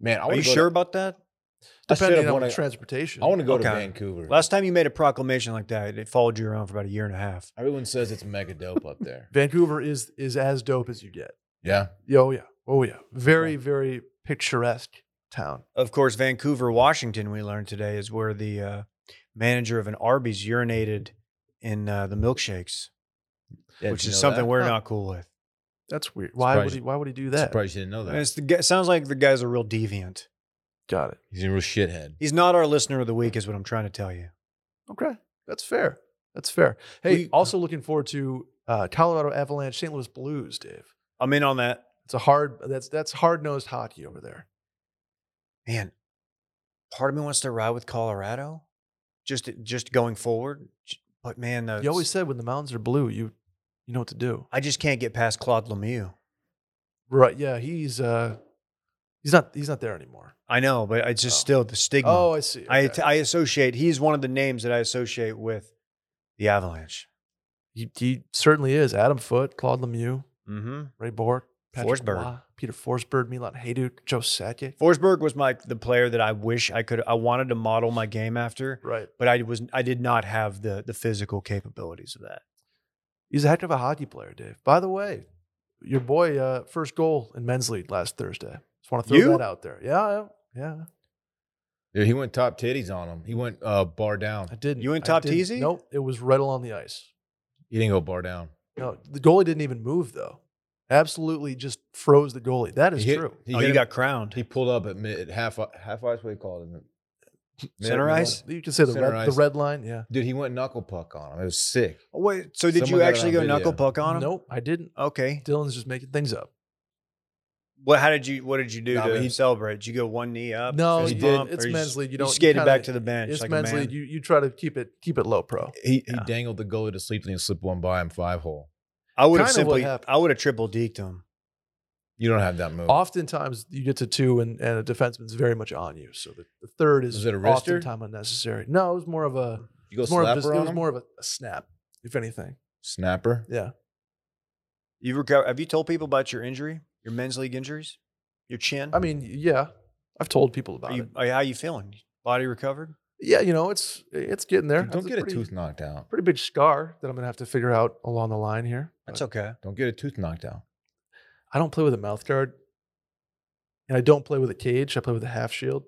S2: man. I
S1: Are
S2: wanna
S1: you
S2: go
S1: sure
S2: To,
S1: about that?
S2: I straight
S3: depending
S2: up
S3: on
S2: wanna-
S3: transportation.
S2: I want to go to
S1: Okay.
S2: Vancouver.
S1: Last time you made a proclamation like that, it followed you around for about a year and a half.
S2: Everyone says it's mega dope up there.
S3: Vancouver is is as dope as you get.
S2: Yeah.
S3: Yeah, Oh yeah. Oh yeah. Very very picturesque town.
S1: Of course, Vancouver, Washington, we learned today is where the uh, manager of an Arby's urinated in uh, the milkshakes,
S2: Yeah,
S1: which
S2: did you
S1: is
S2: know
S1: something
S2: that?
S1: we're
S3: Huh.
S1: not cool with.
S3: That's weird. Why would
S2: Surprised-
S3: he Why would he do that?
S2: Surprised you didn't know
S1: And
S2: that.
S1: It's the, guy- sounds like the guy's a real deviant.
S3: Got it.
S2: He's a real shithead.
S1: He's not our listener of the week, is what I'm trying to tell you.
S3: Okay, that's fair. That's fair. Hey,
S2: We-
S3: also looking forward to uh, Colorado Avalanche, St. Louis Blues, Dave.
S1: I'm in on that.
S3: It's a hard. That's that's hard nosed hockey over there.
S1: Man, part of me wants to ride with Colorado, just just going forward. But man, the,
S3: You always said when the mountains are blue, you you know what to do.
S1: I just can't get past Claude Lemieux.
S3: Right? Yeah. He's uh he's not he's not there anymore.
S1: I know, but it's just
S3: Oh.
S1: still the stigma.
S3: Oh, I see.
S1: I,
S3: Okay.
S1: I associate he's one of the names that I associate with the Avalanche.
S3: he, he certainly is. Adam Foote, Claude Lemieux,
S1: Mm-hmm.
S3: Ray Bork, Patrick
S1: Forsberg.
S3: Roy, Peter Forsberg, Milan Hayduk, Joe Sakic.
S1: Forsberg was my the player that I wish I could I wanted to model my game after,
S3: Right.
S1: but I was I did not have the the physical capabilities of that.
S3: He's a heck of a hockey player, Dave. By the way, your boy uh, first goal in men's league last Thursday. Just want to throw
S1: You?
S3: that out there. Yeah, yeah, yeah.
S2: Dude, he went top titties on him. He went uh, bar down.
S3: I didn't.
S1: You and
S3: I
S1: Top
S3: didn't-
S1: Teasy?
S3: Nope. It was right along the ice.
S2: He didn't go bar down.
S3: No, the goalie didn't even move though. Absolutely, just froze the goalie. That is
S2: he hit-
S3: true.
S2: He,
S1: oh,
S2: hit
S1: you
S2: him-
S1: got crowned.
S2: He pulled up at mid at half half ice. What do you call it? Isn't it? Mid-
S1: Center
S2: middle?
S1: ice?
S3: You can say the
S2: Center
S3: red, the
S2: ice.
S3: red line. Yeah.
S2: Dude, he went knuckle puck on him. It was sick.
S1: Oh, wait, so did
S2: Someone
S1: you
S2: got it
S1: actually
S2: on
S1: go
S2: video.
S1: knuckle puck on him?
S3: Nope, I didn't.
S1: Okay.
S3: Dylan's just making things up.
S1: Well, how did you what did you do
S2: Nah,
S1: to
S2: but he-
S1: celebrate? Did you go one knee up?
S3: No,
S1: fist
S2: he
S3: did.
S1: bump, or
S3: It's
S1: you
S3: men's
S1: just-
S3: league. You
S1: You,
S3: don't- you
S1: skated
S3: kinda-
S1: back to the bench.
S3: It's
S1: like a
S3: men's
S1: man?
S3: league. You you try to keep it keep it low pro.
S2: He
S1: Yeah.
S2: he dangled the goalie to sleep and he slipped one by him five hole.
S1: I would have
S3: kinda what
S1: simply
S3: happened.
S1: I would have triple deked him.
S2: You don't have that move.
S3: Oftentimes you get to two and, and a defenseman's very much on you. So the, the third is
S2: Was it a wrister?
S3: oftentimes unnecessary. No, it was more of a
S2: You
S3: it
S2: go
S3: was more of,
S2: slapper
S3: just,
S2: on
S3: it was
S2: him?
S3: more of a, a snap, if anything.
S2: snapper.
S3: Yeah.
S1: You recover have you told people about your injury? Your men's league injuries? Your chin?
S3: I
S2: Hmm.
S3: mean, yeah. I've told people about
S1: Are you,
S3: it.
S1: are, how you feeling? Body recovered?
S3: Yeah, you know, it's it's getting there.
S2: Dude, don't
S3: It's
S2: get a
S3: pretty,
S2: tooth knocked out.
S3: pretty big scar that I'm gonna have to figure out along the line here.
S1: That's
S3: But
S1: okay.
S2: Don't get a tooth knocked out.
S3: I don't play with a mouth guard. And I don't play with a cage. I play with a half shield.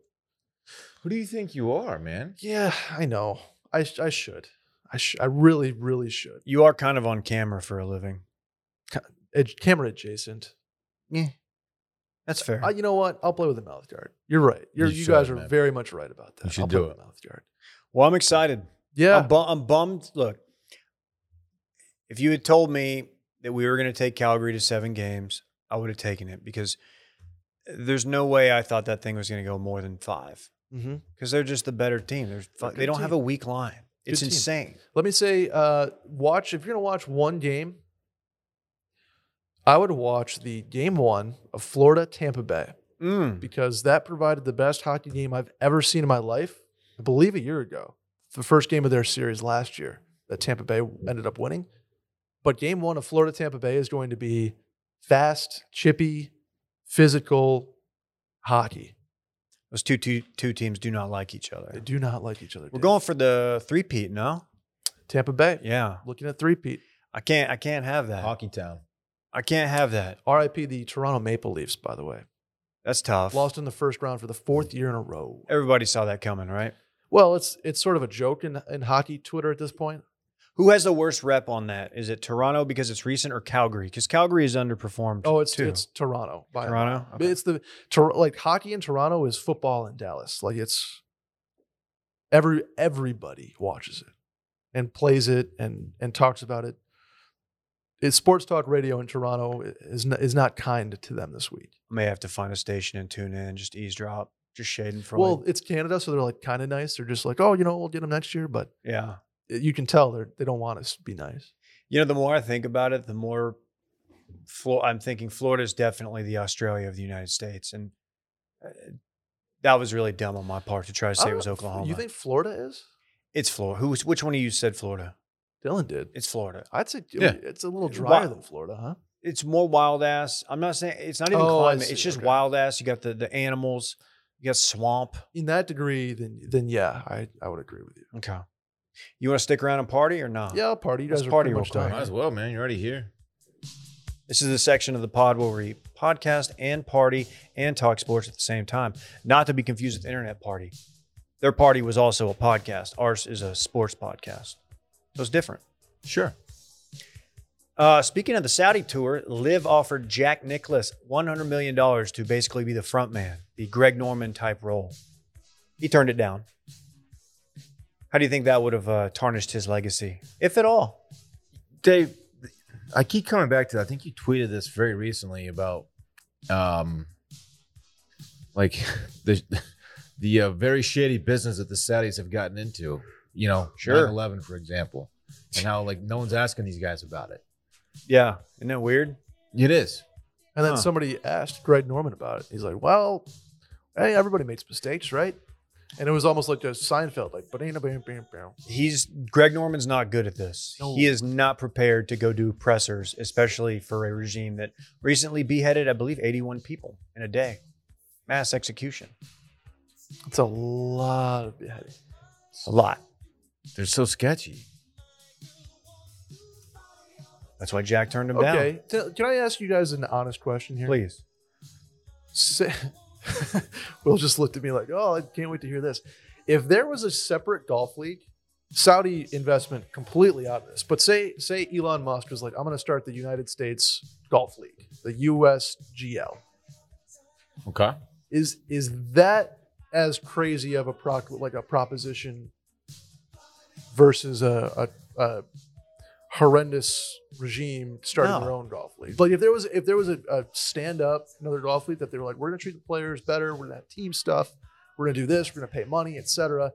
S2: Who do you think you are, man?
S3: Yeah, I know. I, sh- I should. I, sh- I really, really should.
S1: You are kind of on camera for a living.
S3: Ad- camera adjacent.
S1: Yeah. That's fair.
S3: Uh, you know what? I'll play with a mouth guard. You're right. You're,
S2: You
S3: you guys
S2: should,
S3: are
S2: man.
S3: very much right about that.
S2: You should
S3: I'll play
S2: do
S3: with
S2: it.
S3: a mouth guard.
S1: well, I'm excited.
S3: Yeah.
S1: I'm, bu- I'm bummed. Look, if you had told me that we were going to take Calgary to seven games, I would have taken it because there's no way I thought that thing was going to go more than five
S3: mm-hmm.
S1: because they're just the better team. They're, fu-
S3: They're a
S1: they
S3: good
S1: don't have a
S3: team.
S1: weak line. It's
S3: team.
S1: insane.
S3: Let me say, uh, watch if you're gonna watch one game. I would watch the game one of Florida Tampa Bay
S1: Mm.
S3: because that provided the best hockey game I've ever seen in my life. I believe a year ago, the first game of their series last year that Tampa Bay ended up winning. But game one of Florida Tampa Bay is going to be fast, chippy, physical hockey.
S1: Those two, two, two teams do not like each other.
S3: They do not like each other.
S1: We're
S3: dude.
S1: going for the three peat, no?
S3: Tampa Bay.
S1: Yeah.
S3: Looking at three Pete.
S1: I can't I can't have that.
S2: Hockey town.
S1: I can't have that.
S3: RIP the Toronto Maple Leafs, by the way.
S1: That's tough.
S3: Lost in the first round for the fourth year in a row.
S1: Everybody saw that coming, right?
S3: Well, it's it's sort of a joke in, in hockey Twitter at this point.
S1: Who has the worst rep on that? Is it Toronto because it's recent or Calgary? Because Calgary has underperformed.
S3: Oh, it's
S1: too.
S3: it's Toronto. By Toronto.
S1: Toronto. Okay.
S3: It's the Tor- like hockey in Toronto is football in Dallas. Like it's every everybody watches it and plays it and and talks about it. It's sports talk radio in Toronto is not, is not kind to them this week.
S1: May have to find a station and tune in, just eavesdrop, just shading for.
S3: Well,
S1: like-
S3: it's Canada, so they're like kind of nice. They're just like, oh, you know, we'll get them next year, but
S1: yeah.
S3: you can tell they they don't want us to be nice.
S1: You know, the more I think about it, the more Flo- I'm thinking Florida is definitely the Australia of the United States, and uh, that was really dumb on my part to try to say it was Oklahoma.
S3: You think Florida is?
S1: it's Florida? Who's which one of you said Florida?
S3: Dylan did.
S1: It's Florida.
S3: I'd say
S2: Yeah.
S3: it's a little
S1: Why-
S3: drier than Florida, huh?
S1: It's more wild ass. I'm not saying it's not even
S3: Oh, I
S1: climate.
S3: see.
S1: It's just
S3: Okay.
S1: wild ass. You got the the animals. You got swamp.
S3: In that degree, then then yeah, I, I would agree with you.
S1: Okay. You want to stick around and party or not?
S3: Yeah, I'll party. You
S1: Let's
S3: guys are
S1: party
S3: pretty
S1: real
S3: much
S1: quick.
S3: done.
S2: Might as well, man. You're already here.
S1: This is the section of the pod where we podcast and party and talk sports at the same time, not to be confused with Internet Party. Their party was also a podcast. Ours is a sports podcast, so it's different.
S2: Sure.
S1: Uh, speaking of the Saudi tour, Live offered Jack Nicklaus $100 million to basically be the front man, the Greg Norman type role. He turned it down. How do you think that would have uh, tarnished his legacy, if at all?
S2: Dave, I keep coming back to that. I think you tweeted this very recently about um like the the uh, very shady business that the Saudis have gotten into, you know,
S1: Sure.
S2: 11 for example, and how like no one's asking these guys about it.
S1: Yeah, isn't that weird?
S2: It is.
S3: And then
S1: Huh.
S3: somebody asked Greg Norman about it. He's like, well, hey, everybody makes mistakes, right? And it was almost like a Seinfeld, like, banana, bam, bam, bam.
S1: he's Greg Norman's not good at this.
S3: No.
S1: He is not prepared to go do pressers, especially for a regime that recently beheaded, I believe, 81 people in a day. Mass execution.
S3: It's a lot of beheading.
S1: A lot.
S2: They're so sketchy.
S1: That's why Jack turned him
S3: Okay. T- can I ask you guys an honest question
S1: down.
S3: here?
S1: Please.
S3: Say, Will just looked at me like, "Oh, I can't wait to hear this." If there was a separate golf league, Saudi investment completely out of this. But say say Elon Musk was like, "I'm going to start the United States Golf League, the USGL."
S2: Okay.
S3: Is is that as crazy of a proc like a proposition versus a, a, a horrendous regime starting
S1: No.
S3: their own golf league? Like if there was if there was a, a stand up another golf league that they were like, we're gonna treat the players better, we're gonna have team stuff, we're gonna do this, we're gonna pay money, etc.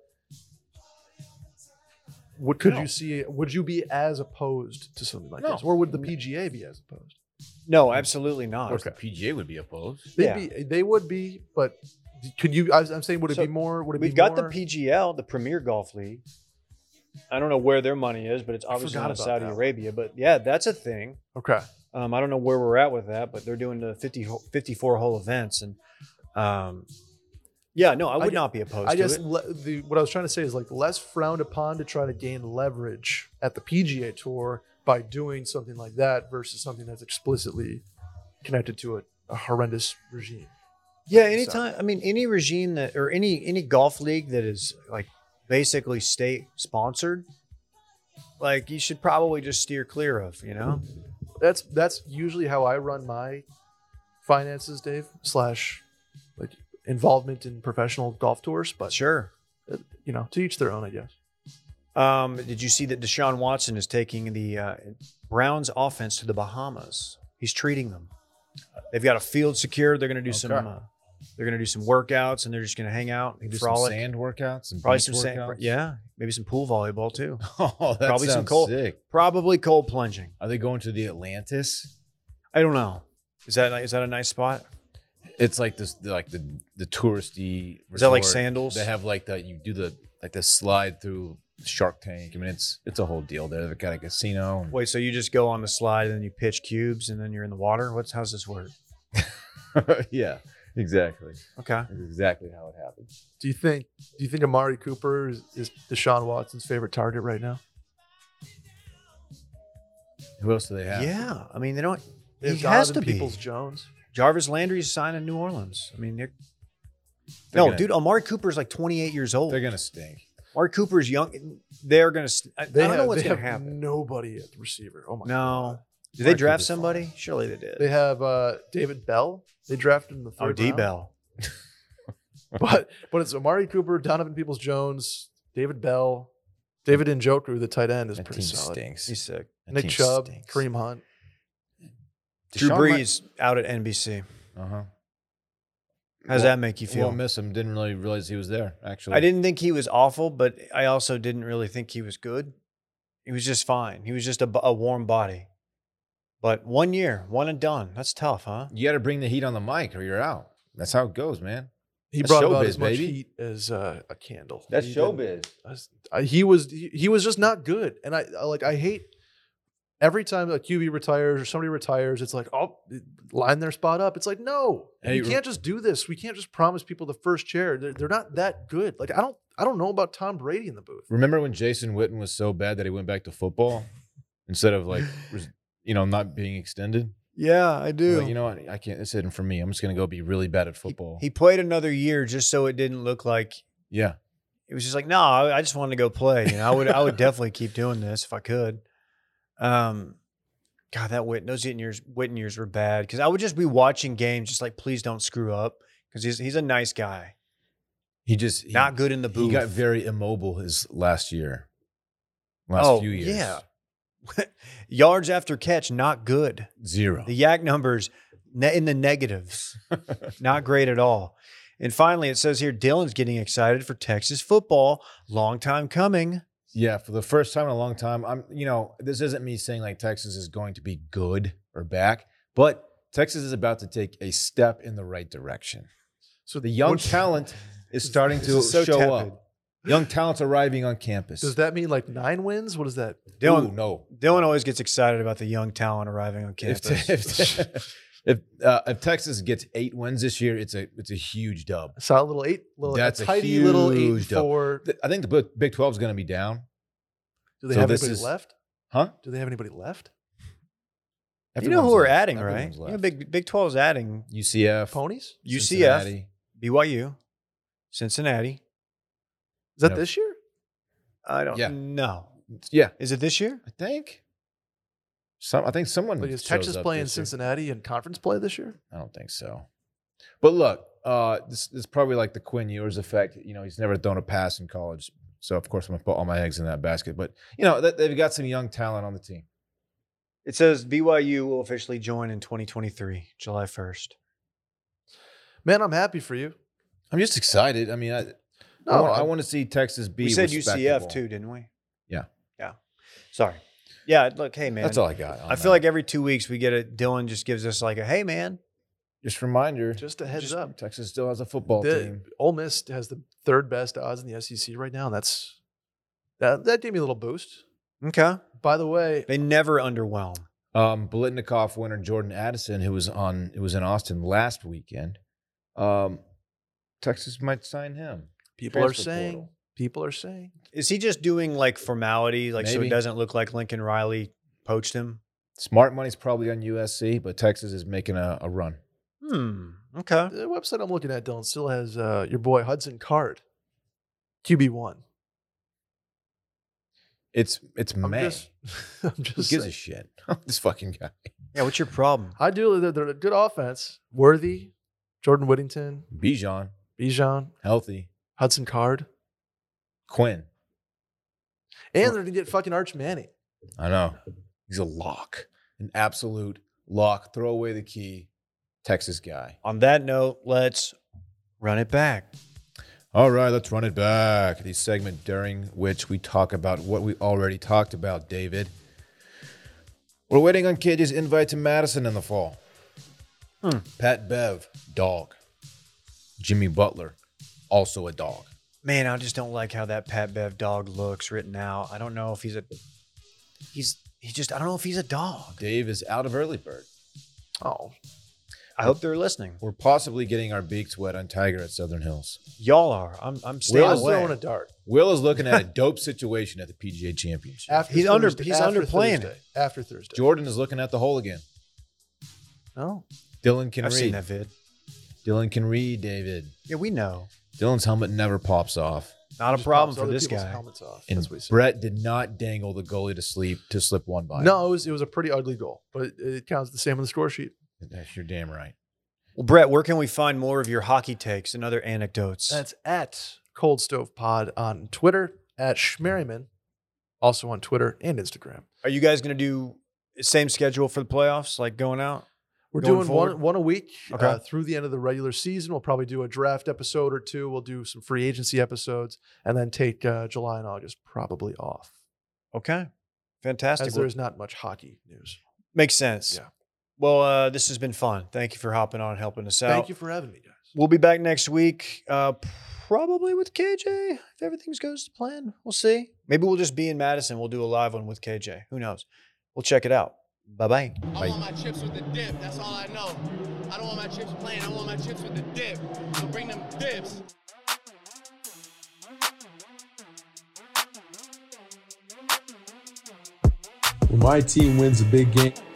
S3: What could
S1: No.
S3: you see? Would you be as opposed to something like
S2: No.
S3: this, or would the PGA be as opposed?
S1: No, absolutely not.
S2: Of course, the PGA would be opposed.
S3: They'd
S1: Yeah.
S3: be, they would be, but could you? I was, I'm saying, would it
S1: So,
S3: be more? Would it
S1: We've
S3: be
S1: got the
S3: more?
S1: PGL, the Premier Golf League. I don't know where their money is, but it's obviously
S3: forgot
S1: not
S3: about
S1: Saudi
S3: that.
S1: Arabia. But yeah, that's a thing.
S3: Okay.
S1: Um, I don't know where we're at with that, but they're doing the 50, ho- 54 hole events. And um, yeah, no, I would
S3: ju-
S1: not be opposed
S3: I
S1: to
S3: guess
S1: it.
S3: le- the, what I was trying to say is like less frowned upon to try to gain leverage at the PGA Tour by doing something like that versus something that's explicitly connected to a, a horrendous regime.
S1: Yeah,
S3: So-
S1: anytime. I mean, any regime that or any any golf league that is like basically state sponsored, like you should probably just steer clear of. You know,
S3: That's that's usually how I run my finances, Dave, slash like involvement in professional golf tours. But
S1: Sure.
S3: uh, you know, to each their own, I guess.
S1: Um, did you see that Deshaun Watson is taking the uh, Browns offense to the Bahamas? He's treating them. They've got a field secured. They're going to do some.
S2: Okay.
S1: Uh, they're going to do some workouts, and they're just going to hang out and
S2: Do some
S1: frolic.
S2: sand workouts and
S1: probably
S2: beach
S1: some sand.
S2: workouts?
S1: Yeah, maybe some pool volleyball too.
S2: Oh, that
S1: Probably some
S2: sounds
S1: cold-
S2: sick.
S1: Probably cold plunging.
S2: Are they going to the Atlantis?
S1: I don't know. Is that is that a nice spot?
S2: It's like this, like the the touristy.
S1: Is that like
S2: resort.
S1: sandals?
S2: They have like that. You do the like the slide through Shark Tank. I mean, it's it's a whole deal there. They've got a casino. and-
S1: Wait, so you just go on the slide and then you pitch cubes and then you're in the water? What's how's this work?
S2: yeah, exactly.
S1: Okay.
S2: That's exactly how it happens.
S3: Do you think? Do you think Amari Cooper is, is Deshaun Watson's favorite target right now?
S2: Who else do they
S1: Yeah.
S2: have?
S1: I mean, they don't.
S3: They have
S1: He has
S3: Donovan
S1: to be.
S3: Peoples Jones.
S1: Jarvis Landry's signed in New Orleans. I mean, they're,
S2: They're
S1: no,
S2: gonna-
S1: dude, Amari Cooper's like 28 years old.
S2: they're gonna stink.
S1: Amari Cooper's young. They're gonna. s- I, I
S3: They
S1: don't
S3: have,
S1: know what's
S3: they
S1: gonna
S3: have
S1: happen.
S3: Nobody at the receiver. Oh my.
S1: No. Did
S2: Amari
S1: they draft
S2: Cooper's
S1: somebody? Surely they did.
S3: They have uh, David Bell. They drafted him in the
S1: oh,
S3: third
S1: D
S3: round.
S1: Bell.
S3: But but it's Amari Cooper, Donovan Peoples Jones, David Bell, David Njoku, the tight end is
S2: That
S3: pretty
S2: team
S3: solid.
S2: stinks.
S1: He's sick.
S2: That
S3: Nick
S2: team
S3: Chubb,
S2: stinks.
S3: Kareem Hunt.
S1: Drew
S2: Deshaun might-
S1: Brees out at NBC.
S2: Uh-huh.
S1: How does
S2: Well-
S1: that make you feel?
S2: Well, miss him. Didn't really realize he was there. Actually,
S1: I didn't think he was awful, but I also didn't really think he was good. He was just fine. He was just a, b- a warm body. But one year, one and done. That's tough, huh?
S2: You got to bring the heat on the mic, or you're out. That's how it goes, man.
S3: He
S2: That's
S3: brought about
S2: showbiz,
S3: as much
S2: baby.
S3: heat as uh, a candle. He didn't-
S2: showbiz.
S3: I s- I- he was he, he was just not good, and I, I like I hate every time a QB retires or somebody retires. It's like oh, line their spot up. It's like no,
S2: Hey,
S3: you
S2: re-
S3: can't just do this. We can't just promise people the first chair. They're, they're not that good. Like I don't I don't know about Tom Brady in the booth.
S2: Remember when Jason Witten was so bad that he went back to football instead of like, res- you know, not being extended?
S1: Yeah, I
S2: He's like, you know what? I can't. This isn't for me. I'm just gonna go be really bad at football.
S1: He played another year just so it didn't look like
S2: yeah,
S1: it was just like, no, I I just wanted to go play. You know, I would I would definitely keep doing this if I could. Um God, that Witten, those Witten years, Witten years were bad. Cause I would just be watching games just like, please don't screw up. Cause he's he's a nice guy.
S2: he just he,
S1: Not good in the booth.
S2: He got very immobile his last year, last
S1: Oh,
S2: few years.
S1: yeah. yards after catch not good
S2: zero.
S1: the yak numbers ne- in the negatives not great at all and finally it says here dylan's getting excited for texas football long time coming
S2: Yeah, for the first time in a long time, I'm. You know, this isn't me saying like Texas is going to be good or back, but Texas is about to take a step in the right direction.
S3: So
S2: The young
S3: what-
S2: talent is starting
S1: This
S2: to
S1: is so
S2: show
S1: tepid.
S2: up. Young talent's arriving on campus.
S3: Does that mean like nine wins? What is that?
S1: dylan
S2: Ooh, no.
S1: dylan always gets excited about the young talent arriving on
S2: If,
S1: campus
S2: if, if, uh, if Texas gets eight wins this year, it's a it's a huge dub.
S3: I saw a little eight, little
S2: That's
S3: a
S2: a
S3: tidy little eight and
S2: huge dub.
S3: four.
S2: Th- I think the Big- Big Twelve is going to be down,
S3: Do they
S2: So
S3: have
S2: this
S3: anybody
S2: is-
S3: left?
S2: huh?
S3: Do they have anybody left?
S1: you know who we're
S2: Everyone's left.
S1: adding right
S2: Everyone's
S1: you know,
S2: left.
S1: big big 12 is adding
S2: UCF,
S3: Ponies?
S1: UCF.
S2: Cincinnati.
S1: byu cincinnati
S3: Is that
S2: No.
S3: this year?
S1: i don't
S2: Yeah.
S1: know
S2: Yeah,
S1: is it this year
S2: I think. Some I think someone
S3: Like, is
S2: Hmm, shows
S3: Texas
S2: up
S3: playing
S2: this year.
S3: Cincinnati in conference play this year?
S2: I don't think so. But look, uh, this, this is probably like the Quinn Ewers effect. You know, he's never thrown a pass in college, so of course I'm gonna put all my eggs in that basket. But you know, th- they've got some young talent on the team.
S1: it says byu will officially join in 2023 july 1st
S3: Man, I'm happy for you.
S2: I'm just excited. I mean, I,
S3: No,
S2: I, want, I
S3: I'm-
S2: want to see Texas be.
S1: we said
S2: respectable.
S1: UCF too, didn't we?
S2: Yeah.
S1: Yeah. Sorry. Yeah. Look, hey man.
S2: That's all I got. on
S1: I feel
S2: that.
S1: like every two weeks we get a Dylan just gives us like a hey man.
S2: just reminder.
S3: Just a heads
S2: just-
S3: up.
S2: Texas still has a football
S3: The,
S2: team.
S3: Ole Miss has the third best odds in the SEC right now. And that's that, that gave me a little boost.
S1: Okay.
S3: By the way,
S1: They never underwhelm.
S2: Um, Blitnikoff winner Jordan Addison, who was on, who was in Austin last weekend. Um, Texas might sign him.
S3: people are
S2: Transfer
S3: saying,
S2: portal.
S3: people are saying,
S1: Is he just doing like formality, like so it
S2: Maybe.
S1: doesn't look like Lincoln Riley poached him?
S2: Smart money's probably on USC, but Texas is making a, a run.
S1: Hmm. Okay.
S3: the website I'm looking at, Dylan, still has uh, your boy Hudson Card, QB1.
S2: It's it's
S3: I'm
S2: May.
S3: just, I'm
S2: Who
S3: just
S2: gives a
S3: saying.
S2: shit? this fucking guy.
S1: Yeah, what's your problem?
S3: I do. They're, they're a good offense. Worthy, Jordan Whittington,
S2: Bijan,
S3: Bijan,
S2: healthy.
S3: Hudson Card,
S2: Quinn.
S3: and they're gonna get fucking Arch Manning.
S2: I know. He's a lock. An absolute lock. Throw away the key. Texas guy.
S1: On that note, let's run it back.
S2: All right, let's run it back. The segment during which we talk about what we already talked about, David. We're waiting on KJ's invite to Madison in the fall. Pat Bev, dog. Jimmy Butler, also a dog.
S1: Man, I just don't like how that Pat Bev dog looks written out. I don't know if he's a he's he just I don't know if he's a dog.
S2: Dave is out of early bird.
S3: Oh,
S1: I hope they're listening.
S2: We're possibly getting our beaks wet on Tiger at Southern Hills.
S1: Y'all are. I'm I'm
S3: they
S1: staying
S3: are
S1: away.
S3: throwing a dart.
S2: Will is looking at a dope situation at the PGA Championship.
S3: After
S1: He's under-
S3: Thursday-
S1: he's
S3: after
S1: underplaying
S3: Thursday, after Thursday.
S2: Jordan is looking at the hole again.
S3: No,
S2: Dylan can
S1: I've
S2: read.
S1: seen that vid.
S2: Dylan can read, David.
S1: Yeah, we know.
S2: Dylan's helmet never pops off.
S1: Not a
S3: Just
S1: problem
S3: pops
S1: for
S3: other
S1: this
S3: people's
S1: guy.
S3: Helmets off.
S2: And
S3: That's what he said.
S2: Brett did not dangle the goalie to sleep to slip one by.
S3: No, it was, it was a pretty ugly goal, but it, it counts the same on the score sheet.
S2: That's- You're damn right.
S1: Well, Brett, where can we find more of your hockey takes and other anecdotes?
S3: That's at Cold Stove Pod on Twitter, at Schmerryman, also on Twitter and Instagram.
S1: Are you guys going to do same schedule for the playoffs, like going out?
S3: We're
S1: Going
S3: doing
S1: forward?
S3: one, one a week
S1: Okay.
S3: uh, through the end of the regular season. We'll probably do a draft episode or two. We'll do some free agency episodes and then take uh, July and August probably off
S1: Okay, fantastic.
S3: as there is not much hockey news.
S1: Makes sense.
S3: Yeah.
S1: Well, uh, this has been fun. Thank you for hopping on and helping us out.
S3: Thank you for having me, guys.
S1: We'll be back next week, uh, probably with KJ if everything goes to plan. We'll see. Maybe we'll just be in Madison. We'll do a live one with KJ. Who knows? We'll check it out. Bye bye.
S4: I want my chips with the dip. That's all I know. I don't want my chips plain. I want my chips with the dip. So bring them dips.
S5: When my team wins a big game,